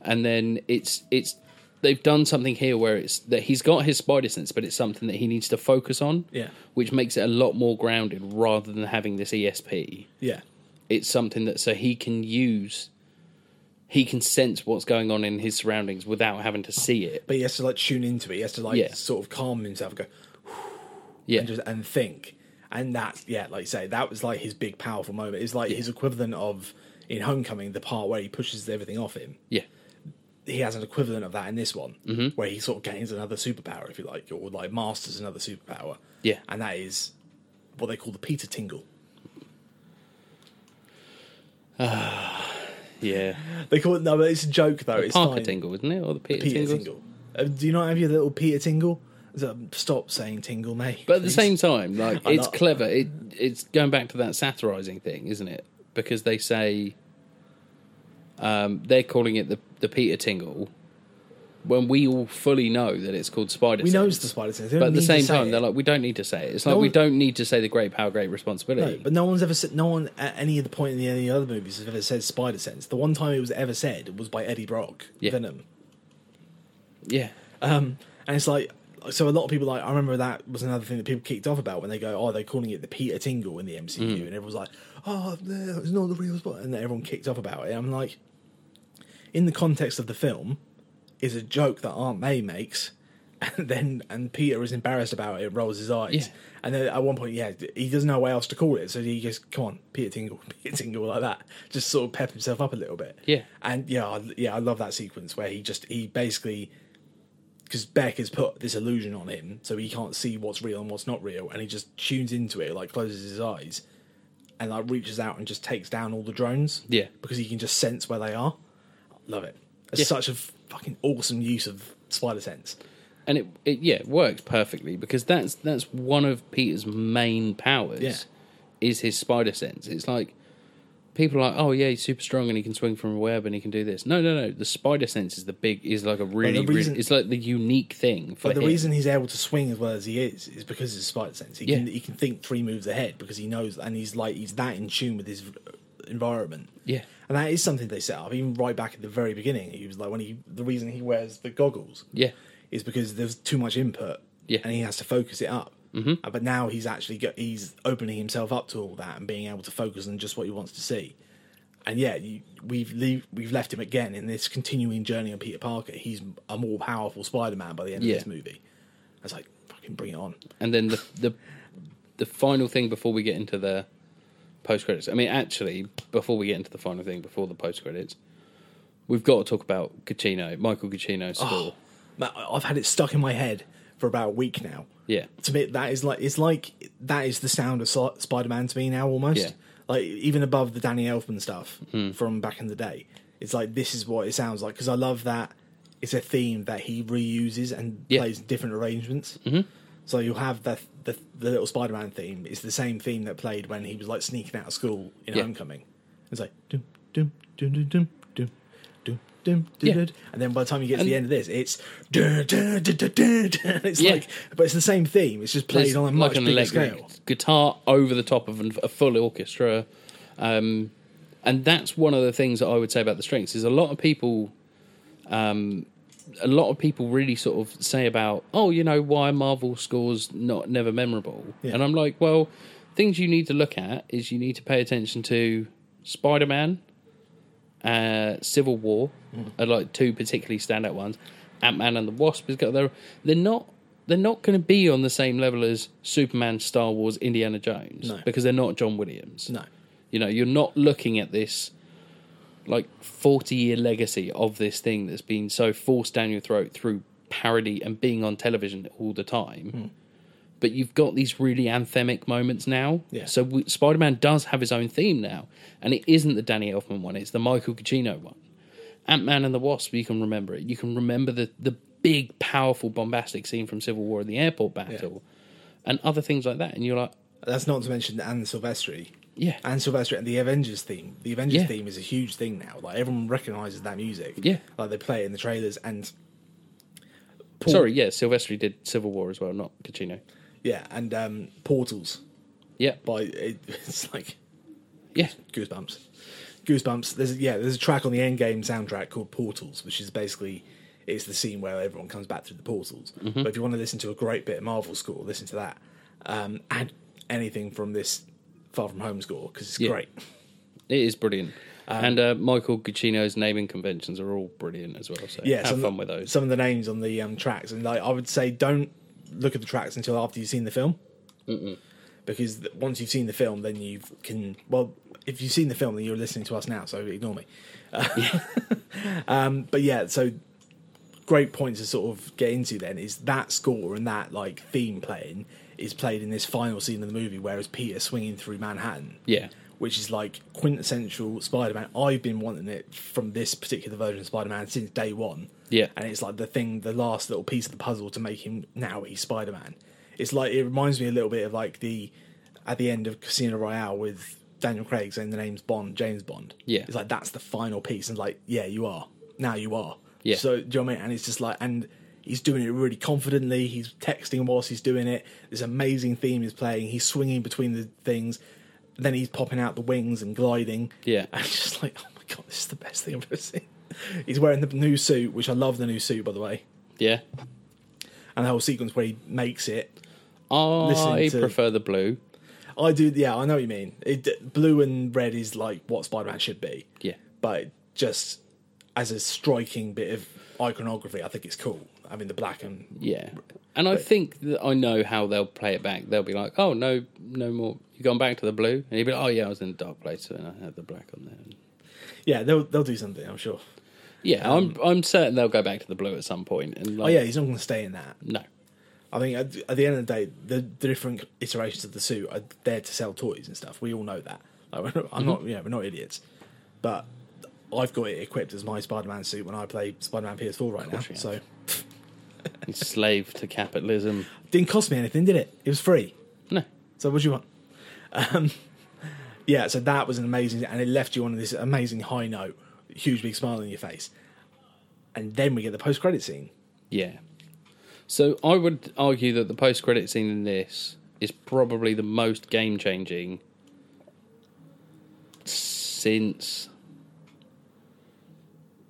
[SPEAKER 2] and then it's it's they've done something here where it's that he's got his spider sense, but it's something that he needs to focus on.
[SPEAKER 1] Yeah.
[SPEAKER 2] which makes it a lot more grounded rather than having this ESP.
[SPEAKER 1] yeah,
[SPEAKER 2] It's something that so he can use, he can sense what's going on in his surroundings without having to see it.
[SPEAKER 1] but he has to like tune into it. He has to like
[SPEAKER 2] Yeah.
[SPEAKER 1] sort of calm himself. and Go,
[SPEAKER 2] Yeah,
[SPEAKER 1] and just and think. And that's yeah, like you say, that was like his big powerful moment. It's like his equivalent of in Homecoming, the part where he pushes everything off him.
[SPEAKER 2] yeah,
[SPEAKER 1] He has an equivalent of that in this one, mm-hmm. where he sort of gains another superpower, if you like, or like masters another superpower.
[SPEAKER 2] Yeah.
[SPEAKER 1] and that is what they call the Peter Tingle.
[SPEAKER 2] yeah.
[SPEAKER 1] They call it no, but it's a joke though. it's
[SPEAKER 2] Parker
[SPEAKER 1] fine.
[SPEAKER 2] tingle, isn't it, or the Peter,
[SPEAKER 1] Peter
[SPEAKER 2] tingles?
[SPEAKER 1] Tingle. Uh, do you not have your little Peter Tingle? So, stop saying Tingle, mate.
[SPEAKER 2] But at the
[SPEAKER 1] please.
[SPEAKER 2] same time, like
[SPEAKER 1] I
[SPEAKER 2] it's
[SPEAKER 1] know.
[SPEAKER 2] clever. It it's going back to that satirizing thing, isn't it? Because they say um, they're calling it the the Peter Tingle, when we all fully know that it's called Spider.
[SPEAKER 1] we
[SPEAKER 2] Sense.
[SPEAKER 1] know it's the Spider Sense. They
[SPEAKER 2] but
[SPEAKER 1] don't
[SPEAKER 2] at the
[SPEAKER 1] need to
[SPEAKER 2] same
[SPEAKER 1] say
[SPEAKER 2] time,
[SPEAKER 1] it.
[SPEAKER 2] they're like, we don't need to say it. It's like
[SPEAKER 1] No
[SPEAKER 2] we
[SPEAKER 1] one-
[SPEAKER 2] don't need to say the great power, great responsibility.
[SPEAKER 1] No, but no one's ever said. No one at any of the point in any other movies has ever said Spider Sense. The one time it was ever said was by Eddie Brock,
[SPEAKER 2] Yeah.
[SPEAKER 1] Venom,
[SPEAKER 2] yeah,
[SPEAKER 1] and it's like. So a lot of people like I remember that was another thing that people kicked off about when they go, oh, they're calling it the Peter Tingle in the MCU, and everyone's like, oh, no, it's not the real spot, and everyone kicked off about it. I'm like, in the context of the film, is a joke that Aunt May makes, (laughs) and then and Peter is embarrassed about it, rolls his eyes,
[SPEAKER 2] Yeah.
[SPEAKER 1] and then at one point, yeah, he doesn't know what else to call it, so he goes, "Come on, Peter Tingle, (laughs) Peter Tingle," like that, just sort of pep himself up a little bit.
[SPEAKER 2] Yeah.
[SPEAKER 1] and yeah, I, yeah, I love that sequence where he just he basically because Beck has put this illusion on him, so he can't see what's real and what's not real, and he just tunes into it, like closes his eyes, and like reaches out and just takes down all the drones.
[SPEAKER 2] Yeah.
[SPEAKER 1] because he can just sense where they are. Love it. It's
[SPEAKER 2] Yeah.
[SPEAKER 1] such a fucking awesome use of spider sense.
[SPEAKER 2] and it, it yeah it works perfectly because that's that's one of Peter's main powers
[SPEAKER 1] Yeah.
[SPEAKER 2] is his spider sense. It's like people are like, oh yeah, he's super strong and he can swing from a web and he can do this. No, no, no. The spider sense is the big is like a really,
[SPEAKER 1] reason-
[SPEAKER 2] really it's like the unique thing for
[SPEAKER 1] But the
[SPEAKER 2] him.
[SPEAKER 1] reason he's able to swing as well as he is is because his spider sense. He can
[SPEAKER 2] Yeah.
[SPEAKER 1] he can think three moves ahead because he knows, and he's like he's that in tune with his environment.
[SPEAKER 2] Yeah.
[SPEAKER 1] and that is something they set up even right back at the very beginning. He was like when he the reason he wears the goggles
[SPEAKER 2] Yeah.
[SPEAKER 1] is because there's too much input.
[SPEAKER 2] Yeah.
[SPEAKER 1] and he has to focus it up. Mm-hmm. But now he's actually got, he's opening himself up to all that and being able to focus on just what he wants to see. And yeah, you, we've leave, we've left him again in this continuing journey on Peter Parker. He's a more powerful Spider-Man by the end
[SPEAKER 2] Yeah.
[SPEAKER 1] of this movie. I was like, fucking bring it on.
[SPEAKER 2] And then the the the final thing before we get into the post credits. I mean, actually, before we get into the final thing, before the post credits, we've got to talk about Cacino, Michael Cacino's
[SPEAKER 1] Oh. (sighs)
[SPEAKER 2] score.
[SPEAKER 1] Man, I- I've had it stuck in my head for about a week now.
[SPEAKER 2] Yeah.
[SPEAKER 1] to me that is like it's like that is the sound of Si- spider-man to me now almost
[SPEAKER 2] Yeah. Hmm.
[SPEAKER 1] like even above the danny elfman stuff from back in the day it's like this is what it sounds like because i love that it's a theme that he reuses and
[SPEAKER 2] Yeah.
[SPEAKER 1] plays different arrangements mm-hmm. so you'll have the, the the little spider-man theme it's the same theme that played when he was like sneaking out of school in
[SPEAKER 2] Yeah.
[SPEAKER 1] homecoming it's like doom doom doom doom doom doom doom doom,
[SPEAKER 2] Yeah.
[SPEAKER 1] doom, doom. and then by the time you get to
[SPEAKER 2] And-
[SPEAKER 1] the end of this it's dun, dun, dun, dun, dun, dun. (laughs) it's
[SPEAKER 2] Yeah.
[SPEAKER 1] like but it's the same theme it's just played
[SPEAKER 2] There's
[SPEAKER 1] on a much bigger
[SPEAKER 2] electric
[SPEAKER 1] scale.
[SPEAKER 2] guitar over the top of an- a full orchestra, um, and that's one of the things that I would say about the strengths is a lot of people, um, a lot of people really sort of say about oh you know why Marvel scores not never memorable,
[SPEAKER 1] Yeah.
[SPEAKER 2] and I'm like well things you need to look at is you need to pay attention to Spider Man, uh, Civil War
[SPEAKER 1] Mm.
[SPEAKER 2] are like two particularly standout ones. Ant Man and the Wasp has got their. They're not. They're not going to be on the same level as Superman, Star Wars, Indiana Jones,
[SPEAKER 1] No.
[SPEAKER 2] because they're not John Williams.
[SPEAKER 1] No.
[SPEAKER 2] you know, you're not looking at this like 40 year legacy of this thing that's been so forced down your throat through parody and being on television all the time. But you've got these really anthemic moments now.
[SPEAKER 1] Yeah.
[SPEAKER 2] So we, Spider-Man does have his own theme now, and it isn't the Danny Elfman one; it's the Michael Giacchino one. Ant-Man and the Wasp, you can remember it. You can remember the the big, powerful, bombastic scene from Civil War in the airport battle, and other things like that. And you're like,
[SPEAKER 1] That's not to mention Anne Silvestri.
[SPEAKER 2] Yeah.
[SPEAKER 1] Anne Silvestri and the Avengers theme. The Avengers
[SPEAKER 2] Yeah.
[SPEAKER 1] theme is a huge thing now. Like everyone recognizes that music.
[SPEAKER 2] Yeah.
[SPEAKER 1] Like they play it in the trailers and Paul-
[SPEAKER 2] sorry, yeah, Silvestri did Civil War as well, not Giacchino.
[SPEAKER 1] yeah, and um, Portals
[SPEAKER 2] Yeah,
[SPEAKER 1] by it, (laughs) it's like
[SPEAKER 2] yeah,
[SPEAKER 1] goosebumps. Goosebumps. There's yeah, there's a track on the Endgame soundtrack called Portals, which is basically it's the scene where everyone comes back through the portals. But if you want to listen to a great bit of Marvel score, listen to that. Um, and anything from this Far From Home score because it's
[SPEAKER 2] Yeah.
[SPEAKER 1] great.
[SPEAKER 2] it is brilliant.
[SPEAKER 1] Um,
[SPEAKER 2] and uh, Michael Giacchino's naming conventions are all brilliant as well. So
[SPEAKER 1] yeah,
[SPEAKER 2] have
[SPEAKER 1] some,
[SPEAKER 2] fun with those.
[SPEAKER 1] Some of the names on the um, tracks, and like I would say, don't look at the tracks until after you've seen the film, because th- once you've seen the film, then you can. Well, if you've seen the film, then you're listening to us now, so ignore me. (laughs) um, but yeah, so great point to sort of get into then is that score and that like theme playing is played in this final scene of the movie, whereas Peter swinging through Manhattan
[SPEAKER 2] yeah,
[SPEAKER 1] which is like quintessential Spider-Man. I've been wanting it from this particular version of Spider-Man since day one.
[SPEAKER 2] Yeah.
[SPEAKER 1] and it's like the thing, the last little piece of the puzzle to make him now he's Spider-Man. It's like it reminds me a little bit of like the at the end of Casino Royale with Daniel Craig saying the name's Bond, James Bond.
[SPEAKER 2] Yeah.
[SPEAKER 1] it's like that's the final piece, and like yeah, you are now you are.
[SPEAKER 2] Yeah.
[SPEAKER 1] So do you know what I mean? And it's just like and. He's doing it really confidently. He's texting whilst he's doing it. This amazing theme is playing. He's swinging between the things then he's popping out the wings and gliding.
[SPEAKER 2] Yeah.
[SPEAKER 1] (laughs) And it's just like, oh my god, this is the best thing I've ever seen. He's wearing the new suit, which I love the new suit by the way.
[SPEAKER 2] yeah.
[SPEAKER 1] And the whole sequence where he makes it.
[SPEAKER 2] I
[SPEAKER 1] Listening to-
[SPEAKER 2] prefer the blue.
[SPEAKER 1] I do yeah, I know what you mean. It, blue and red is like what Spider Man should be.
[SPEAKER 2] Yeah.
[SPEAKER 1] But just as a striking bit of iconography, I think it's cool. I mean, the black and
[SPEAKER 2] Yeah. And I think that I know how they'll play it back. They'll be like, "Oh no, no more. You've gone back to the blue." And he'd be like, "Oh yeah, I was in the dark place and I had the black on there."
[SPEAKER 1] yeah, they'll they'll do something. I'm sure.
[SPEAKER 2] Yeah, I'm I'm certain they'll go back to the blue at some point. And
[SPEAKER 1] Um, Oh
[SPEAKER 2] like,
[SPEAKER 1] yeah, he's not going to stay in that.
[SPEAKER 2] no,
[SPEAKER 1] I think at, at the end of the day, the, the different iterations of the suit are there to sell toys and stuff. We all know that. Like, we're not, I'm
[SPEAKER 2] Mm-hmm.
[SPEAKER 1] not, you know, we're not idiots. But I've got it equipped as my Spider-Man suit when I play Spider-Man PS4 right now.
[SPEAKER 2] course you
[SPEAKER 1] So
[SPEAKER 2] he's slave to capitalism.
[SPEAKER 1] didn't cost me anything, did it? It was free.
[SPEAKER 2] No,
[SPEAKER 1] So what do you want? Um, yeah, so that was an amazing, and it left you on this amazing high note, huge big smile on your face, and then we get the post-credit scene.
[SPEAKER 2] yeah. So I would argue that the post credit scene in this is probably the most game changing since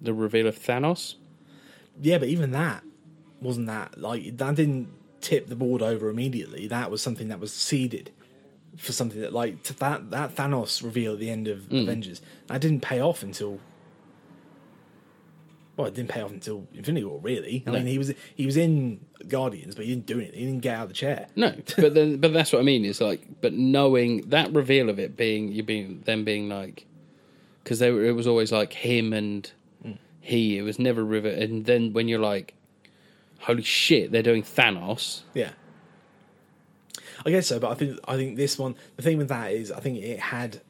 [SPEAKER 2] the reveal of Thanos.
[SPEAKER 1] Yeah, but even that wasn't that like that didn't tip the board over immediately. That was something that was seeded for something that like to that that Thanos reveal at the end of Avengers that didn't pay off until well, it didn't pay off until Infinity War. Really, I
[SPEAKER 2] No.
[SPEAKER 1] mean, he was he was in Guardians, but he didn't do anything. He didn't get out of the chair.
[SPEAKER 2] No, but then, but that's what I mean. It's like, but knowing that reveal of it being you being them being like, because they were, it was always like him and he. It was never River. And then when you're like, holy shit, they're doing Thanos.
[SPEAKER 1] Yeah. I guess so, but I think I think this one the thing with that is I think it had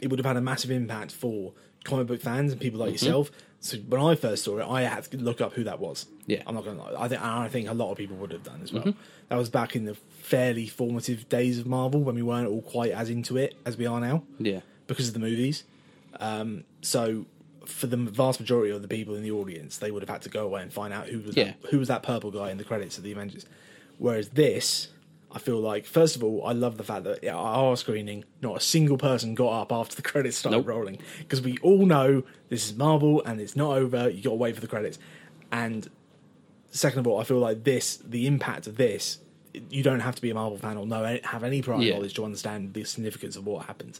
[SPEAKER 1] it would have had a massive impact for comic book fans and people like yourself. So when I first saw it, I had to look up who that was.
[SPEAKER 2] Yeah.
[SPEAKER 1] I'm not gonna lie. I think and I think a lot of people would have done as well. That was back in the fairly formative days of Marvel when we weren't all quite as into it as we are now
[SPEAKER 2] Yeah,
[SPEAKER 1] because of the movies. Um, so for the vast majority of the people in the audience, they would have had to go away and find out who was
[SPEAKER 2] Yeah.
[SPEAKER 1] that, who was that purple guy in the credits of the Avengers. Whereas this, I feel like first of all, I love the fact that at our screening, not a single person got up after the (laughs) credits started
[SPEAKER 2] Nope.
[SPEAKER 1] rolling because we all know this is Marvel and it's not over. You got to wait for the credits. And second of all, I feel like this, the impact of this. You don't have to be a Marvel fan or know have any prior
[SPEAKER 2] Yeah.
[SPEAKER 1] knowledge to understand the significance of what happens.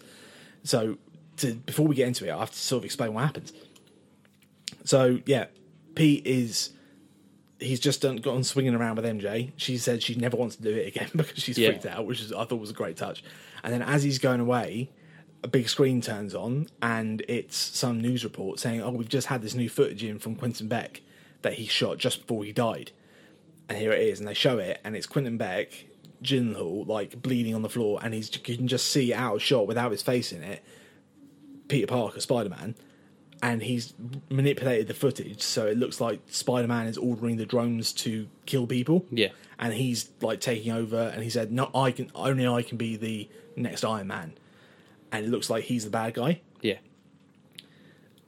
[SPEAKER 1] So, to before we get into it, I have to sort of explain what happens. So, yeah, Pete is he's just done, gone swinging around with MJ. She said she never wants to do it again (laughs) because she's
[SPEAKER 2] Yeah.
[SPEAKER 1] freaked out, which is I thought was a great touch. And then as he's going away, a big screen turns on and it's some news report saying, "Oh, we've just had this new footage in from Quentin Beck that he shot just before he died." And here it is, and they show it, and it's Quentin Beck, Gyllenhaal, like bleeding on the floor, and he's you can just see out of shot without his face in it, Peter Parker, Spider Man, and he's manipulated the footage so it looks like Spider Man is ordering the drones to kill people.
[SPEAKER 2] Yeah.
[SPEAKER 1] and he's like taking over, and he said, "No, I can only I can be the next Iron Man," and it looks like he's the bad guy.
[SPEAKER 2] yeah,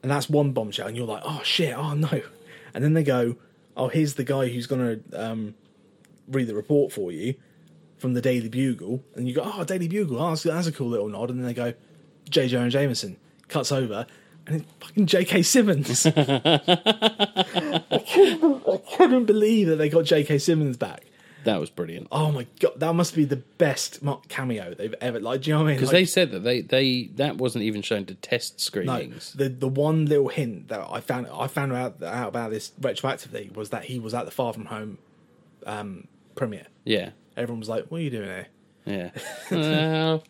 [SPEAKER 1] And that's one bombshell, and you're like, "Oh shit! Oh no!" And then they go, "Oh, here's the guy who's gonna um, read the report for you from the Daily Bugle," and you go, "Oh, Daily Bugle! Oh, that's, that's a cool little nod." And then they go, "J. Jonah Jameson." Cuts over, and it's fucking J.K. Simmons. (laughs) I, couldn't, I couldn't believe that they got J.K. Simmons back.
[SPEAKER 2] that was brilliant.
[SPEAKER 1] Oh my god, that must be the best mo- cameo they've ever. Like, do you know what I mean?
[SPEAKER 2] Because
[SPEAKER 1] Like-
[SPEAKER 2] they said that they they that wasn't even shown to test screenings.
[SPEAKER 1] No, the the one little hint that I found I found out, out about this retroactively was that he was at the Far From Home um, premiere.
[SPEAKER 2] Yeah,
[SPEAKER 1] Everyone was like, "What are you doing here?" (laughs)
[SPEAKER 2] yeah. well,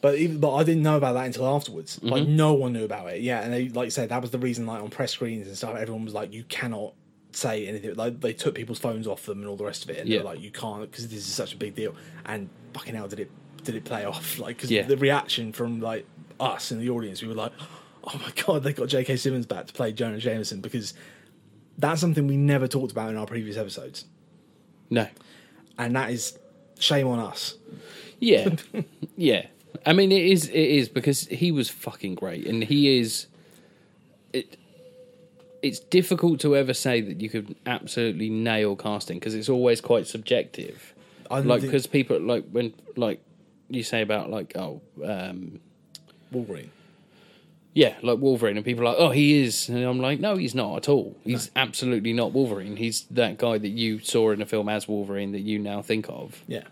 [SPEAKER 1] But even but I didn't know about that until afterwards. Like
[SPEAKER 2] Mm-hmm.
[SPEAKER 1] no one knew about it. Yeah, and they like you said that was the reason. Like on press screens and stuff, everyone was like, "You cannot say anything." Like they took people's phones off them and all the rest of it. And
[SPEAKER 2] Yeah.
[SPEAKER 1] they're like, "You can't," because this is such a big deal. And fucking hell, did it did it play off? (laughs) Like because
[SPEAKER 2] Yeah.
[SPEAKER 1] the reaction from like us in the audience, we were like, "Oh my god, they got J.K. Simmons back to play Jonah Jameson," because that's something we never talked about in our previous episodes,
[SPEAKER 2] no.
[SPEAKER 1] and that is shame on us. (laughs)
[SPEAKER 2] Yeah, yeah. I mean, it is. It is because he was fucking great, and he is. It. It's difficult to ever say that you could absolutely nail casting because it's always quite subjective.
[SPEAKER 1] I
[SPEAKER 2] Like
[SPEAKER 1] think-
[SPEAKER 2] because people like when like you say about like oh um
[SPEAKER 1] Wolverine.
[SPEAKER 2] yeah like Wolverine and people are like oh he is and I'm like no he's not at all he's absolutely not Wolverine he's that guy that you saw in a film as Wolverine that you now think of
[SPEAKER 1] Yeah.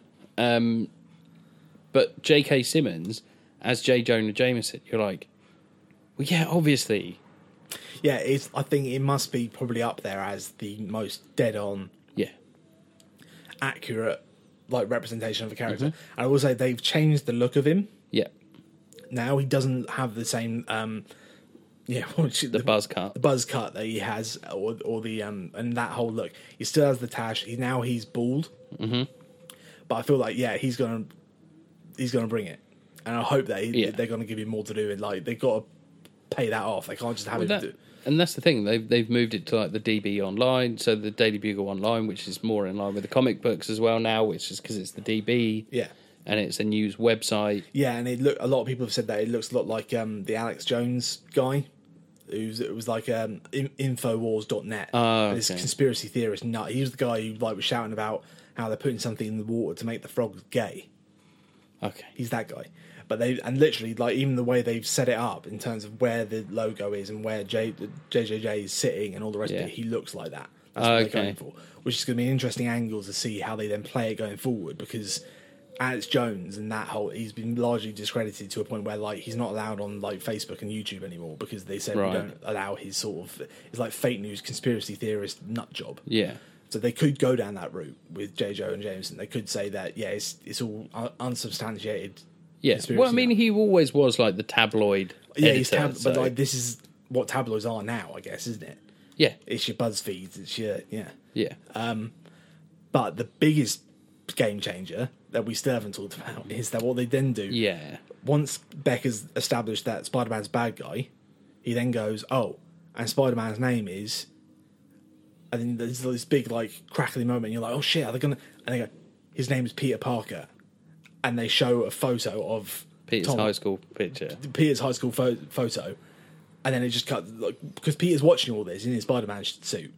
[SPEAKER 2] but J.K. Simmons as J. Jonah Jameson, you're like, well, yeah, obviously,
[SPEAKER 1] yeah, it's. I think it must be probably up there as the most dead-on
[SPEAKER 2] Yeah.
[SPEAKER 1] accurate like representation of a character.
[SPEAKER 2] Mm-hmm.
[SPEAKER 1] And I will say they've changed the look of him
[SPEAKER 2] Yeah.
[SPEAKER 1] now. He doesn't have the same um yeah, (laughs) what should-
[SPEAKER 2] The buzz cut.
[SPEAKER 1] the buzz cut that he has or or the um and that whole look. He still has the tash. He now he's bald. Mm-hmm. But I feel like yeah, he's gonna he's gonna bring it, and I hope that he,
[SPEAKER 2] Yeah.
[SPEAKER 1] they're gonna give him more to do. And like they've got to pay that off. They can't just have
[SPEAKER 2] Well,
[SPEAKER 1] him
[SPEAKER 2] that-
[SPEAKER 1] do.
[SPEAKER 2] and that's the thing they've they've moved it to like the DB online, so the Daily Bugle online, which is more in line with the comic books as well now, which is because it's the DB,
[SPEAKER 1] Yeah.
[SPEAKER 2] and it's a news website.
[SPEAKER 1] Yeah, and it look a lot of people have said that it looks a lot like um, the Alex Jones guy, who's it was like um, in, Infowars.net.
[SPEAKER 2] Oh,
[SPEAKER 1] This
[SPEAKER 2] okay.
[SPEAKER 1] conspiracy theorist nut. He was the guy who like was shouting about how they're putting something in the water to make the frogs gay.
[SPEAKER 2] Okay,
[SPEAKER 1] He's that guy. But they and literally like even the way they've set it up in terms of where the logo is and where J, JJJ is sitting and all the rest
[SPEAKER 2] Yeah. Ah,
[SPEAKER 1] of it, he looks like that. That's what
[SPEAKER 2] Okay.
[SPEAKER 1] they're going for, which is going to be an interesting angle to see how they then play it going forward because Alex Jones and that whole he's been largely discredited to a point where like he's not allowed on like Facebook and YouTube anymore because they said
[SPEAKER 2] Right.
[SPEAKER 1] we don't allow his sort of it's like fake news conspiracy theorist nut job.
[SPEAKER 2] yeah,
[SPEAKER 1] So they could go down that route with J. Joe and Jameson. They could say that yeah, it's it's all un- unsubstantiated.
[SPEAKER 2] yeah.
[SPEAKER 1] conspiracy
[SPEAKER 2] Well, I mean,
[SPEAKER 1] now.
[SPEAKER 2] he always was like the tabloid.
[SPEAKER 1] yeah, he's
[SPEAKER 2] editor,
[SPEAKER 1] tab- but
[SPEAKER 2] so-
[SPEAKER 1] like this is what tabloids are now, I guess, isn't it?
[SPEAKER 2] yeah,
[SPEAKER 1] It's your Buzzfeeds. It's your yeah.
[SPEAKER 2] yeah,
[SPEAKER 1] But the biggest game changer that we still haven't talked about is that what they then do.
[SPEAKER 2] yeah,
[SPEAKER 1] Once Beck has established that Spider Man's bad guy, he then goes, oh, and Spider Man's name is. And then there's this big like crackling moment. And you're like, oh shit, are they gonna? And they go, his name is Peter Parker, and they show a photo of
[SPEAKER 2] Peter's
[SPEAKER 1] Tom-
[SPEAKER 2] high school picture.
[SPEAKER 1] Peter's high school pho- photo, and then it just cuts like because Peter's watching all this in his Spider Man suit,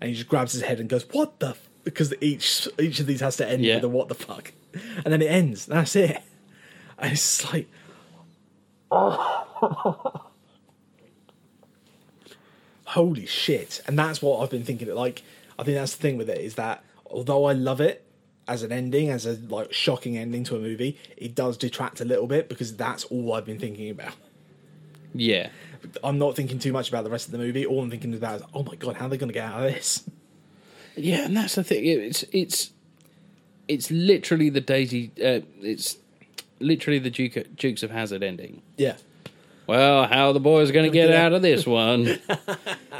[SPEAKER 1] and he just grabs his head and goes, "What the?" F-? Because each each of these has to end
[SPEAKER 2] Yeah.
[SPEAKER 1] with a "What the fuck," (laughs) and then it ends. And that's it. (laughs) And it's just like, holy shit! And that's what I've been thinking. Like, I think that's the thing with it is that although I love it as an ending, as a like shocking ending to a movie, it does detract a little bit because that's all I've been thinking about.
[SPEAKER 2] Yeah,
[SPEAKER 1] I'm not thinking too much about the rest of the movie. All I'm thinking about is, oh my god, how are they going to get out of this?
[SPEAKER 2] yeah, and that's the thing. It's it's it's literally the Daisy. Uh, it's literally the Duke, Dukes of Hazard ending.
[SPEAKER 1] Yeah,
[SPEAKER 2] well, how are the boys going to get
[SPEAKER 1] Yeah.
[SPEAKER 2] out of this (laughs) one?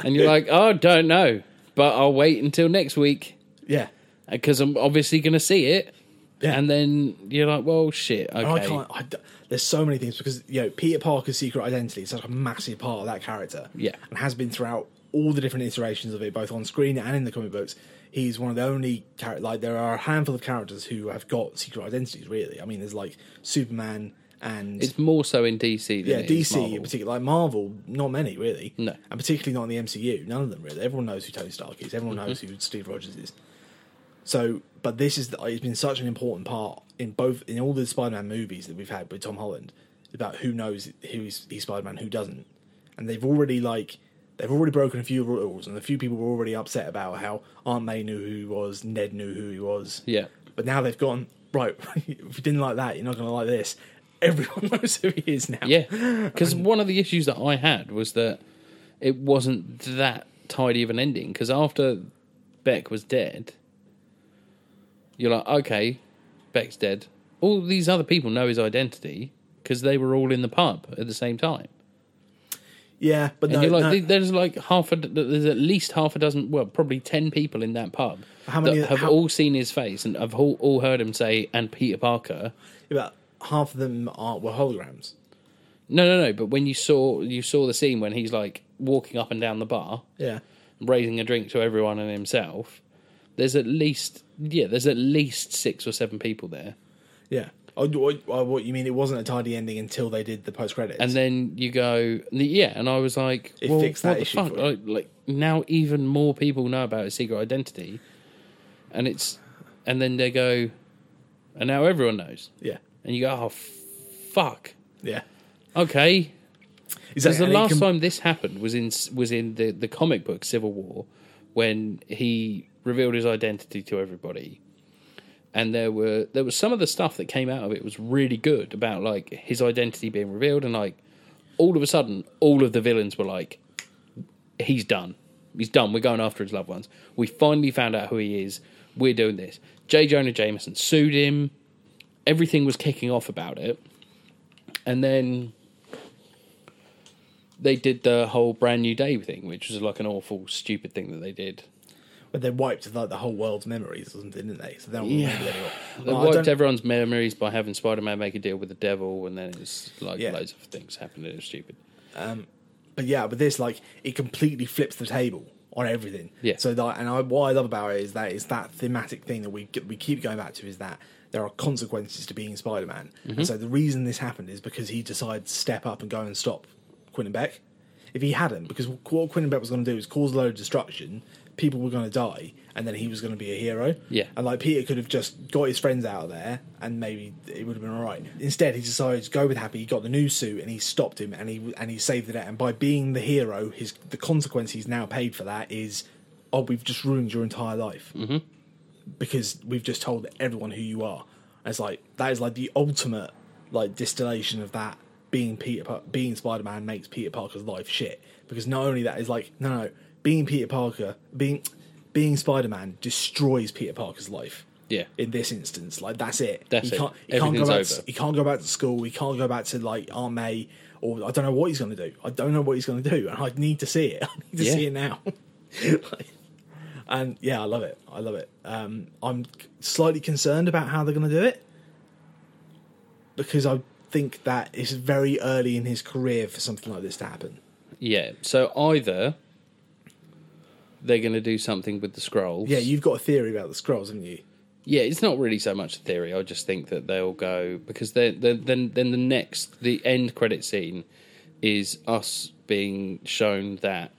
[SPEAKER 2] and you're like, oh, don't know, but I'll wait until next week
[SPEAKER 1] yeah.
[SPEAKER 2] because I'm obviously going to see it.
[SPEAKER 1] Yeah.
[SPEAKER 2] And then you're like, well, shit, okay.
[SPEAKER 1] And I can't. I d there's so many things because you know Peter Parker's secret identity is such a massive part of that character.
[SPEAKER 2] Yeah.
[SPEAKER 1] and has been throughout all the different iterations of it, both on screen and in the comic books. He's one of the only character. Like there are a handful of characters who have got secret identities. Really, I mean, there's like Superman and
[SPEAKER 2] It's more so in DC than
[SPEAKER 1] yeah,
[SPEAKER 2] it is
[SPEAKER 1] DC
[SPEAKER 2] Marvel.
[SPEAKER 1] in particular, like Marvel, not many really.
[SPEAKER 2] No.
[SPEAKER 1] and particularly not in the MCU. None of them really. Everyone knows who Tony Stark is. Everyone knows
[SPEAKER 2] Mm-hmm.
[SPEAKER 1] who Steve Rogers is. So, but this is it's been such an important part in both in all the Spider-Man movies that we've had with Tom Holland about who knows who is he's Spider-Man, who doesn't, and they've already like they've already broken a few rules, and a few people were already upset about how Aunt May knew who he was, Ned knew who he was,
[SPEAKER 2] Yeah.
[SPEAKER 1] but now they've gone right. (laughs) if you didn't like that, you're not going to like this. Everyone (laughs) knows who he is now. (laughs)
[SPEAKER 2] Yeah. Because one of the issues that I had was that it wasn't that tidy of an ending. Because after Beck was dead, you're like, okay, Beck's dead. All these other people know his identity because they were all in the pub at the same time.
[SPEAKER 1] Yeah, but
[SPEAKER 2] And
[SPEAKER 1] no,
[SPEAKER 2] you're like,
[SPEAKER 1] no.
[SPEAKER 2] there- there's like half a, there's at least half a dozen, well, probably ten people in that pub
[SPEAKER 1] How many-
[SPEAKER 2] that have
[SPEAKER 1] how-
[SPEAKER 2] all seen his face and have all, all heard him say, "And Peter Parker."
[SPEAKER 1] about half of them are were holograms.
[SPEAKER 2] No, no, no. But when you saw you saw the scene when he's like walking up and down the bar,
[SPEAKER 1] Yeah,
[SPEAKER 2] raising a drink to everyone and himself, there's at least yeah, there's at least six or seven people there.
[SPEAKER 1] yeah. Oh, what, oh, what you mean? It wasn't a tidy ending until they did the post credits.
[SPEAKER 2] And then you go, yeah, and I was like,
[SPEAKER 1] It
[SPEAKER 2] well,
[SPEAKER 1] fixed
[SPEAKER 2] what
[SPEAKER 1] that
[SPEAKER 2] the
[SPEAKER 1] issue
[SPEAKER 2] fuck?
[SPEAKER 1] for you.
[SPEAKER 2] Like, like, now, even more people know about his secret identity, and it's, and then they go, and now everyone knows,
[SPEAKER 1] yeah,
[SPEAKER 2] and you go, oh, fuck,
[SPEAKER 1] yeah.
[SPEAKER 2] okay. Because
[SPEAKER 1] Exactly,
[SPEAKER 2] the
[SPEAKER 1] and it
[SPEAKER 2] last
[SPEAKER 1] can-
[SPEAKER 2] time this happened was in was in the the comic book Civil War, when he revealed his identity to everybody, and there were there was some of the stuff that came out of it was really good about like his identity being revealed and like all of a sudden all of the villains were like he's done. He's done. We're going after his loved ones. We finally found out who he is. We're doing this. J. Jonah Jameson sued him. Everything was kicking off about it. And then they did the whole brand new day thing, which was like an awful, stupid thing that they did.
[SPEAKER 1] But they wiped like the whole world's memories or something, didn't they? So they don't
[SPEAKER 2] Yeah.
[SPEAKER 1] remember anymore.
[SPEAKER 2] They
[SPEAKER 1] Well, I
[SPEAKER 2] wiped
[SPEAKER 1] don't-
[SPEAKER 2] everyone's memories by having Spider Man make a deal with the devil, and then it was like
[SPEAKER 1] Yeah.
[SPEAKER 2] loads of things happened and it was stupid.
[SPEAKER 1] but yeah, with this, like it completely flips the table on everything.
[SPEAKER 2] Yeah.
[SPEAKER 1] So that, and I, what I love about it is that it's that thematic thing that we get- we keep going back to is that there are consequences to being Spider Man. And so the reason this happened is because he decided to step up and go and stop Quinn and Beck. If he hadn't, because what Quinn and Beck was going to do is cause a load of destruction, people were going to die, and then he was going to be a hero.
[SPEAKER 2] Yeah.
[SPEAKER 1] And like Peter could have just got his friends out of there and maybe it would have been all right. Instead, he decided to go with Happy. He got the new suit and he stopped him and he and he saved the day. And by being the hero, his the consequence he's now paid for that is, oh, we've just ruined your entire life because we've just told everyone who you are. And it's like that is like the ultimate like distillation of that being Peter Par- being Spider Man makes Peter Parker's life shit because not only that is like no no being Peter Parker being being Spider Man destroys Peter Parker's life.
[SPEAKER 2] Yeah.
[SPEAKER 1] In this instance, like that's it.
[SPEAKER 2] That's
[SPEAKER 1] he
[SPEAKER 2] it.
[SPEAKER 1] can't, He can't go
[SPEAKER 2] Everything's
[SPEAKER 1] back. To,
[SPEAKER 2] over.
[SPEAKER 1] he can't go back to school. He can't go back to like Aunt May, or I don't know what he's going to do. I don't know what he's going to do, and I need to see it. (laughs) I need to
[SPEAKER 2] Yeah.
[SPEAKER 1] see it now. Like, and yeah, I love it. I love it. Um, I'm slightly concerned about how they're going to do it because I think that it's very early in his career for something like this to happen.
[SPEAKER 2] Yeah. So either they're going to do something with the scrolls.
[SPEAKER 1] Yeah, you've got a theory about the scrolls, haven't you?
[SPEAKER 2] Yeah, it's not really so much a theory. I just think that they'll go because they're, they then then the next the end credit scene is us being shown that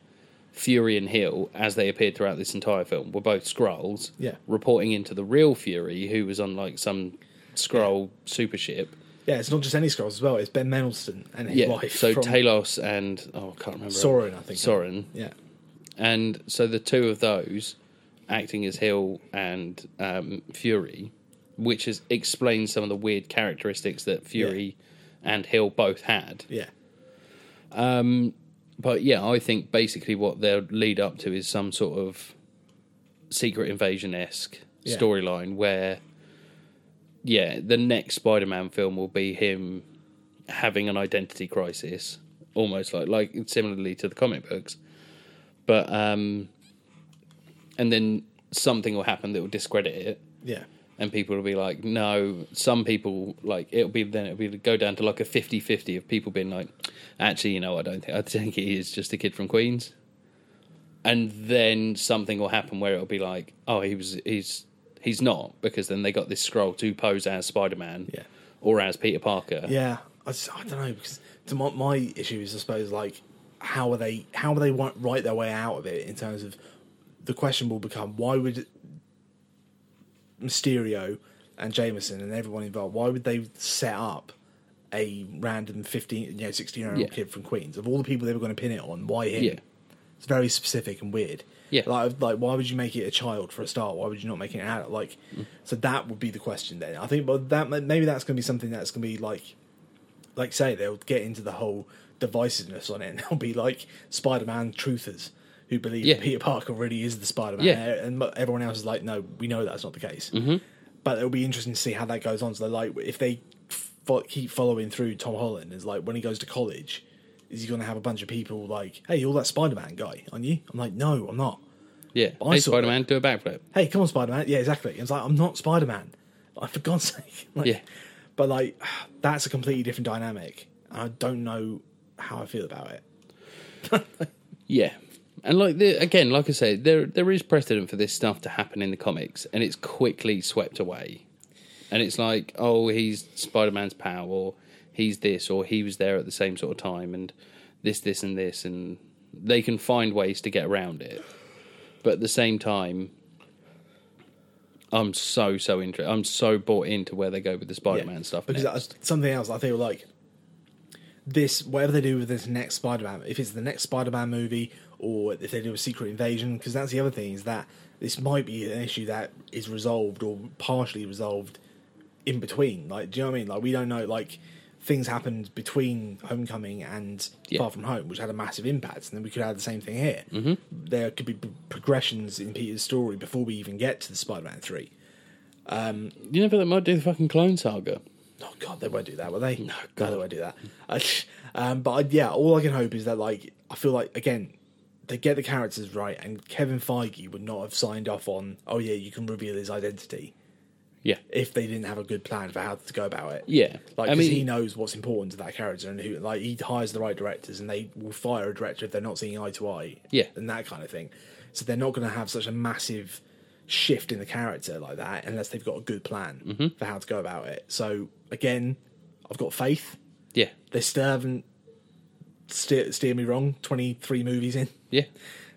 [SPEAKER 2] Fury and Hill, as they appeared throughout this entire film, were both Skrulls.
[SPEAKER 1] Yeah.
[SPEAKER 2] reporting into the real Fury, who was on like some Skrull super ship.
[SPEAKER 1] Yeah, it's not just any scrolls as well. It's Ben Mendelsohn and his
[SPEAKER 2] Yeah,
[SPEAKER 1] wife.
[SPEAKER 2] so
[SPEAKER 1] from-
[SPEAKER 2] Talos and oh, I can't remember
[SPEAKER 1] Sorin, I think.
[SPEAKER 2] Sorin,
[SPEAKER 1] Yeah,
[SPEAKER 2] and so the two of those acting as Hill and um, Fury, which has explained some of the weird characteristics that Fury and Hill both had.
[SPEAKER 1] yeah,
[SPEAKER 2] But yeah, I think basically what they'll lead up to is some sort of secret invasion esque
[SPEAKER 1] Yeah.
[SPEAKER 2] storyline where, yeah, the next Spider Man film will be him having an identity crisis, almost like like similarly to the comic books, but um, and then something will happen that will discredit it,
[SPEAKER 1] yeah.
[SPEAKER 2] and people will be like, no, some people like it'll be then it'll be go down to like a 50-50 of people being like, actually, you know, I don't think I think he is just a kid from Queens, and then something will happen where it'll be like, oh, he was he's he's not because then they got this scroll to pose as Spider Man,
[SPEAKER 1] Yeah.
[SPEAKER 2] or as Peter Parker,
[SPEAKER 1] Yeah, I, just, I don't know because to my, my issue is, I suppose, like how are they how are they wi- write their way out of it in terms of the question will become why would Mysterio and Jameson and everyone involved why would they set up a random fifteen you know sixteen year old
[SPEAKER 2] Yeah.
[SPEAKER 1] kid from Queens of all the people they were going to pin it on why him
[SPEAKER 2] Yeah.
[SPEAKER 1] it's very specific and weird
[SPEAKER 2] Yeah.
[SPEAKER 1] like like why would you make it a child for a start why would you not make it an adult like
[SPEAKER 2] Mm.
[SPEAKER 1] so that would be the question then I think but that maybe that's going to be something that's going to be like like say they'll get into the whole divisiveness on it and (laughs) they'll be like spider-man truthers who believe
[SPEAKER 2] Yeah.
[SPEAKER 1] peter parker really is the spider-man
[SPEAKER 2] Yeah. Mm-hmm.
[SPEAKER 1] and mo- everyone else is like no we know that's not the case but it'll be interesting to see how that goes on so like if they fo- keep following through tom holland is like when he goes to college is he going to have a bunch of people like hey you're that spider-man guy aren't you i'm like no i'm not
[SPEAKER 2] yeah,
[SPEAKER 1] I
[SPEAKER 2] hey
[SPEAKER 1] saw
[SPEAKER 2] Spider Man, do a backflip,
[SPEAKER 1] hey, come on, Spider Man. Yeah, exactly. And it's like, I'm not Spider Man. Like, for God's (laughs) sake. Like,
[SPEAKER 2] Yeah.
[SPEAKER 1] But, like, (sighs) that's a completely different dynamic. And I don't know how I feel about it.
[SPEAKER 2] Yeah. And like the, again, like I say, there there is precedent for this stuff to happen in the comics, and it's quickly swept away. And it's like, oh, he's Spider Man's pal, or he's this, or he was there at the same sort of time, and this, this, and this, and they can find ways to get around it. But at the same time, I'm so so interested. I'm so bought into where they go with the Spider Man
[SPEAKER 1] Yeah.
[SPEAKER 2] stuff.
[SPEAKER 1] Because
[SPEAKER 2] next.
[SPEAKER 1] that's something else I feel like this, whatever they do with this next Spider Man, if it's the next Spider Man movie or if they do a secret invasion, because that's the other thing is that this might be an issue that is resolved or partially resolved in between. Like, do you know what I mean? Like, we don't know, like, things happened between Homecoming and
[SPEAKER 2] Yeah.
[SPEAKER 1] Far From Home, which had a massive impact, and then we could have the same thing here. Mm-hmm. There could be p- progressions in Peter's story before we even get to the Spider-Man three.
[SPEAKER 2] You never that might do the fucking clone saga.
[SPEAKER 1] Oh God, they won't do that, will they? No, God, they won't do that. (laughs) Uh, um, but I, yeah, all I can hope is that like I feel like again they get the characters right, and Kevin Feige would not have signed off on. Oh yeah, you can reveal his identity
[SPEAKER 2] Yeah,
[SPEAKER 1] if they didn't have a good plan for how to go about it.
[SPEAKER 2] yeah.
[SPEAKER 1] Like,
[SPEAKER 2] I
[SPEAKER 1] 'cause
[SPEAKER 2] mean,
[SPEAKER 1] he knows what's important to that character, and who like he hires the right directors, and they will fire a director if they're not seeing eye to eye,
[SPEAKER 2] Yeah.
[SPEAKER 1] and that kind of thing. So they're not going to have such a massive shift in the character like that unless they've got a good plan
[SPEAKER 2] Mm-hmm.
[SPEAKER 1] for how to go about it. So again, I've got faith.
[SPEAKER 2] yeah,
[SPEAKER 1] They still haven't steer, steer me wrong. Twenty three movies in,
[SPEAKER 2] yeah.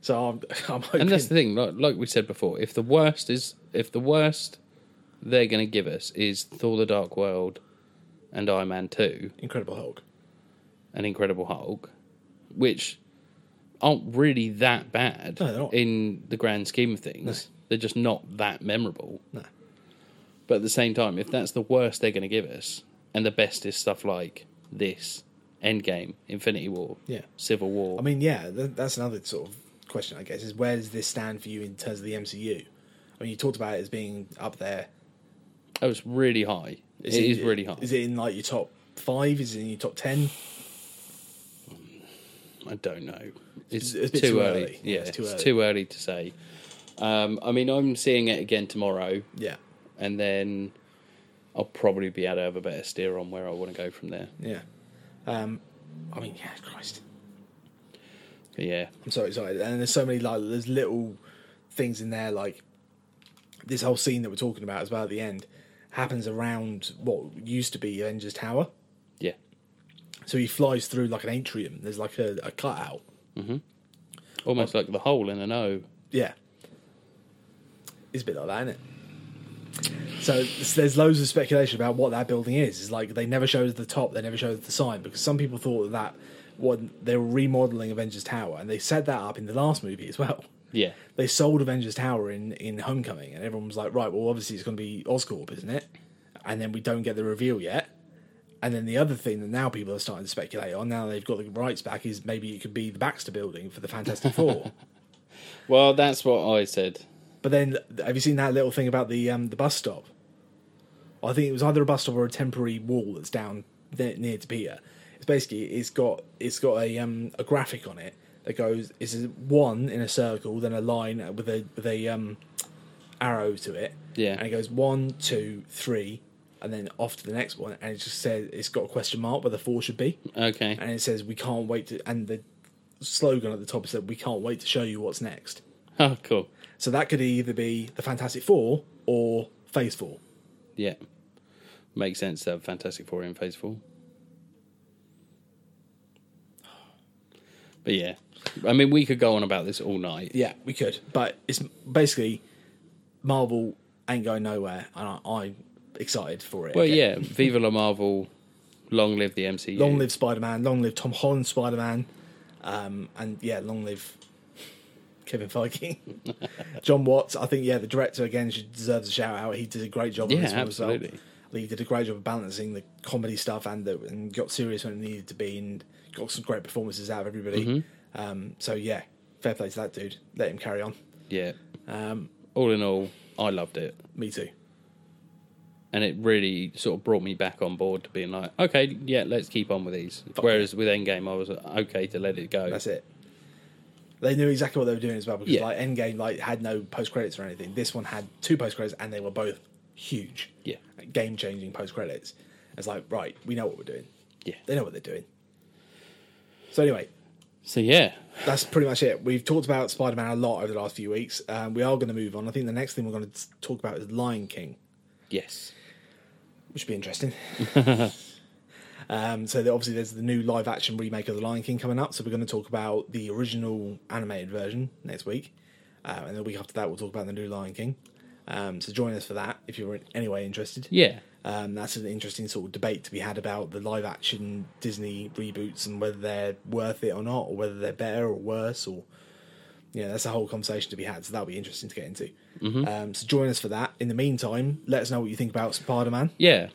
[SPEAKER 1] so I'm, (laughs) I'm hoping.
[SPEAKER 2] And that's the thing, like, like we said before, if the worst is if the worst they're going to give us is Thor: The Dark World and Iron Man Two
[SPEAKER 1] Incredible Hulk.
[SPEAKER 2] and Incredible Hulk, which aren't really that bad
[SPEAKER 1] No, they're not.
[SPEAKER 2] in the grand scheme of things. They're just not that memorable.
[SPEAKER 1] No.
[SPEAKER 2] But at the same time, if that's the worst they're going to give us, and the best is stuff like this, Endgame, Infinity War,
[SPEAKER 1] Yeah.
[SPEAKER 2] Civil War,
[SPEAKER 1] I mean, yeah, th- that's another sort of question, I guess, is where does this stand for you in terms of the MCU? I mean, you talked about it as being up there.
[SPEAKER 2] oh, it's really high. it is really high.
[SPEAKER 1] Is it in like your top five? Is it in your top ten?
[SPEAKER 2] I don't know. It's,
[SPEAKER 1] It's a
[SPEAKER 2] too,
[SPEAKER 1] bit too
[SPEAKER 2] early.
[SPEAKER 1] early.
[SPEAKER 2] Yeah, it's too early. to say. Um, I mean, I'm seeing it again tomorrow,
[SPEAKER 1] Yeah,
[SPEAKER 2] and then I'll probably be able to have a better steer on where I want to go from there.
[SPEAKER 1] yeah. Um, I mean, yeah, Christ.
[SPEAKER 2] But yeah,
[SPEAKER 1] I'm so excited. And there's so many like there's little things in there like this whole scene that we're talking about as well at the end happens around what used to be Avengers Tower.
[SPEAKER 2] yeah,
[SPEAKER 1] So he flies through like an atrium. There's like a, a cutout.
[SPEAKER 2] almost like the hole in an O.
[SPEAKER 1] Yeah. It's a bit like that, isn't it? So s- there's loads of speculation about what that building is. It's like they never showed us the top, they never showed us the sign because some people thought that, that what they were remodeling Avengers Tower, and they set that up in the last movie as well. (laughs)
[SPEAKER 2] Yeah,
[SPEAKER 1] They sold Avengers Tower in in Homecoming, and everyone was like, right, well, obviously it's going to be Oscorp, isn't it? And then we don't get the reveal yet. And then the other thing that now people are starting to speculate on, now they've got the rights back, is maybe it could be the Baxter Building for the Fantastic Four.
[SPEAKER 2] well, that's what I said.
[SPEAKER 1] But then, have you seen that little thing about the um, the bus stop? I think it was either a bus stop or a temporary wall that's down ne- near to Peter. It's basically it's got it's got a um, a graphic on it that goes it's a one in a circle, then a line with a with a um, arrow to it.
[SPEAKER 2] Yeah.
[SPEAKER 1] and it goes one, two, three, and then off to the next one, and it just says it's got a question mark where the four should be,
[SPEAKER 2] Okay, (laughs)
[SPEAKER 1] and it says we can't wait to, and the slogan at the top said we can't wait to show you what's next.
[SPEAKER 2] oh, cool.
[SPEAKER 1] So that could either be the Fantastic Four or Phase Four.
[SPEAKER 2] Yeah, makes sense to have Fantastic Four in Phase Four. But yeah, I mean, we could go on about this all night.
[SPEAKER 1] Yeah, we could, but it's basically Marvel ain't going nowhere, and I, I'm excited for it.
[SPEAKER 2] Well,
[SPEAKER 1] again.
[SPEAKER 2] yeah, Viva la Marvel, long live the MCU.
[SPEAKER 1] long live Spider Man, long live Tom Holland Spider Man, um, and yeah, long live Kevin Feige, (laughs) John Watts. I think yeah, the director again should deserves a shout out. He did a great job.
[SPEAKER 2] Yeah,
[SPEAKER 1] on this one As
[SPEAKER 2] absolutely.
[SPEAKER 1] well. I think He did a great job of balancing the comedy stuff and the, and got serious when it needed to be, and got some great performances out of everybody.
[SPEAKER 2] Mm-hmm.
[SPEAKER 1] Um, so yeah, fair play to that dude. Let him carry on.
[SPEAKER 2] Yeah. Um, all in all, I loved it,
[SPEAKER 1] Me too.
[SPEAKER 2] and it really sort of brought me back on board to being like, okay, yeah, let's keep on with these. Whereas with Endgame, I was like, okay to let it go.
[SPEAKER 1] That's it. They knew exactly what they were doing as well because
[SPEAKER 2] Yeah.
[SPEAKER 1] like Endgame like had no post credits or anything. This one had two post credits and they were both huge.
[SPEAKER 2] Yeah.
[SPEAKER 1] Game changing post credits. It's like, right, we know what we're doing.
[SPEAKER 2] Yeah.
[SPEAKER 1] They know what they're doing. So anyway,
[SPEAKER 2] So yeah,
[SPEAKER 1] that's pretty much it. We've talked about Spider Man a lot over the last few weeks. Um, we are going to move on. I think the next thing we're going to talk about is Lion King
[SPEAKER 2] yes,
[SPEAKER 1] which would be interesting. um, so there- obviously, there's the new live action remake of The Lion King coming up. So we're going to talk about the original animated version next week, um, and the week after that, we'll talk about the new Lion King. Um, so join us for that if you're in any way interested.
[SPEAKER 2] yeah,
[SPEAKER 1] Um, that's an interesting sort of debate to be had about the live action Disney reboots and whether they're worth it or not, or whether they're better or worse, or yeah, that's a whole conversation to be had. So that'll be interesting to get into. Um, so join us for that. In the meantime, let us know what you think about Spider Man.
[SPEAKER 2] yeah.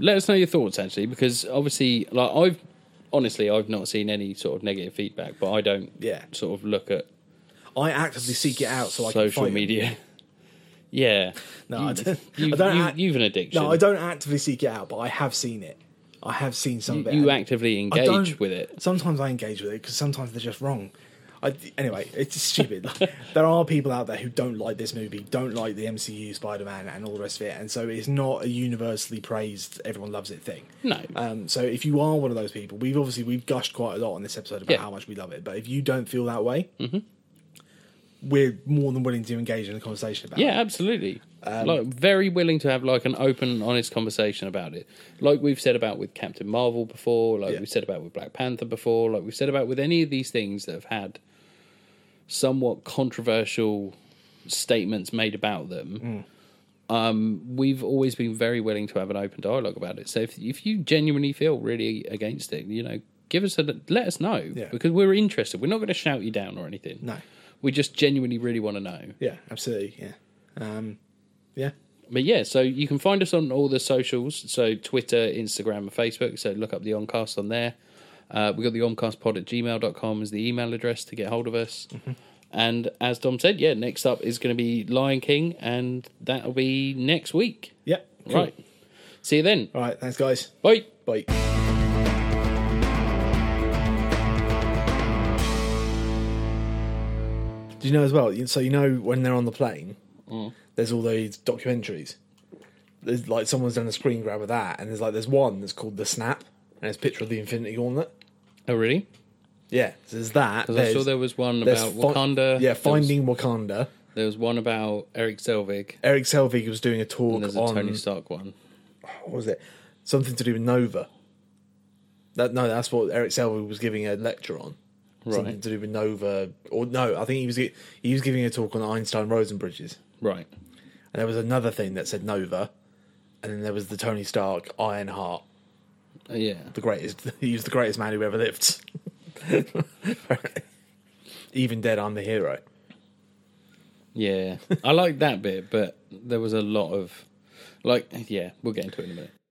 [SPEAKER 2] let us know your thoughts actually, because obviously, like I've honestly, I've not seen any sort of negative feedback, but I don't
[SPEAKER 1] Yeah.
[SPEAKER 2] sort of look at
[SPEAKER 1] I actively seek it out so I can
[SPEAKER 2] social
[SPEAKER 1] fight it.
[SPEAKER 2] media. yeah,
[SPEAKER 1] No,
[SPEAKER 2] you,
[SPEAKER 1] I don't.
[SPEAKER 2] You,
[SPEAKER 1] I don't
[SPEAKER 2] you,
[SPEAKER 1] act-
[SPEAKER 2] you've an addiction.
[SPEAKER 1] No, I don't actively seek it out, but I have seen it. I have seen some of it.
[SPEAKER 2] You actively
[SPEAKER 1] I don't-
[SPEAKER 2] engage with it.
[SPEAKER 1] Sometimes I engage with it because sometimes they're just wrong. I, anyway, it's
[SPEAKER 2] (laughs)
[SPEAKER 1] stupid. Like, there are people out there who don't like this movie, don't like the MCU Spider Man, and all the rest of it, and so it's not a universally praised, everyone loves it thing.
[SPEAKER 2] No.
[SPEAKER 1] Um, so if you are one of those people, we've obviously we've gushed quite a lot on this episode about
[SPEAKER 2] Yeah. Mm-hmm.
[SPEAKER 1] how much we love it, but if you don't feel that way, we're more than willing to engage in a conversation about Um, it.
[SPEAKER 2] Yeah, absolutely. like very willing to have like an open, and honest conversation about it. Like we've said about with Captain Marvel before, like
[SPEAKER 1] Yeah.
[SPEAKER 2] we've said about with Black Panther before, like we've said about with any of these things that have had somewhat controversial statements made about them.
[SPEAKER 1] Mm.
[SPEAKER 2] Um, we've always been very willing to have an open dialogue about it. So if if you genuinely feel really against it, you know, give us a let us know
[SPEAKER 1] Yeah.
[SPEAKER 2] because we're interested. We're not going to shout you down or anything.
[SPEAKER 1] No.
[SPEAKER 2] we just genuinely really want to know.
[SPEAKER 1] Yeah, absolutely. Yeah. Um, yeah.
[SPEAKER 2] But yeah, so you can find us on all the socials, so Twitter, Instagram, and Facebook. So look up the Oncast on there. Uh, we got the oncastpod at gmail.com as the email address to get hold of us. And as Dom said, yeah, next up is going to be Lion King, and that'll be next week.
[SPEAKER 1] Yep. cool.
[SPEAKER 2] Right. See you then.
[SPEAKER 1] All right. Thanks, guys.
[SPEAKER 2] Bye.
[SPEAKER 1] Bye. Do you know as well? you- So you know when they're on the plane,
[SPEAKER 2] Mm.
[SPEAKER 1] there's all these documentaries. There's like someone's done a screen grab of that, and there's like there's one that's called the Snap, and it's a picture of the Infinity Gauntlet.
[SPEAKER 2] Oh, really?
[SPEAKER 1] Yeah, so there's that.
[SPEAKER 2] Because I saw
[SPEAKER 1] there's-
[SPEAKER 2] there was one
[SPEAKER 1] there's
[SPEAKER 2] about
[SPEAKER 1] fi-
[SPEAKER 2] Wakanda.
[SPEAKER 1] Yeah,
[SPEAKER 2] There was-
[SPEAKER 1] finding Wakanda.
[SPEAKER 2] There was one about Eric Selvig,
[SPEAKER 1] Eric Selvig was doing a talk
[SPEAKER 2] and there's a
[SPEAKER 1] on
[SPEAKER 2] Tony Stark one.
[SPEAKER 1] what was it? Something to do with Nova. That no, that's what Eric Selvig was giving a lecture on. Something
[SPEAKER 2] Right.
[SPEAKER 1] to do with Nova, or no, I think he was gi- he was giving a talk on Einstein Rosen bridges,
[SPEAKER 2] Right.
[SPEAKER 1] and there was another thing that said Nova, and then there was the Tony Stark Iron Heart,
[SPEAKER 2] Uh, yeah.
[SPEAKER 1] the greatest. (laughs) He was the greatest man who ever lived. (laughs) Even dead, I'm the hero.
[SPEAKER 2] Yeah, I like that bit, but there was a lot of, like, yeah, we'll get into it in a minute.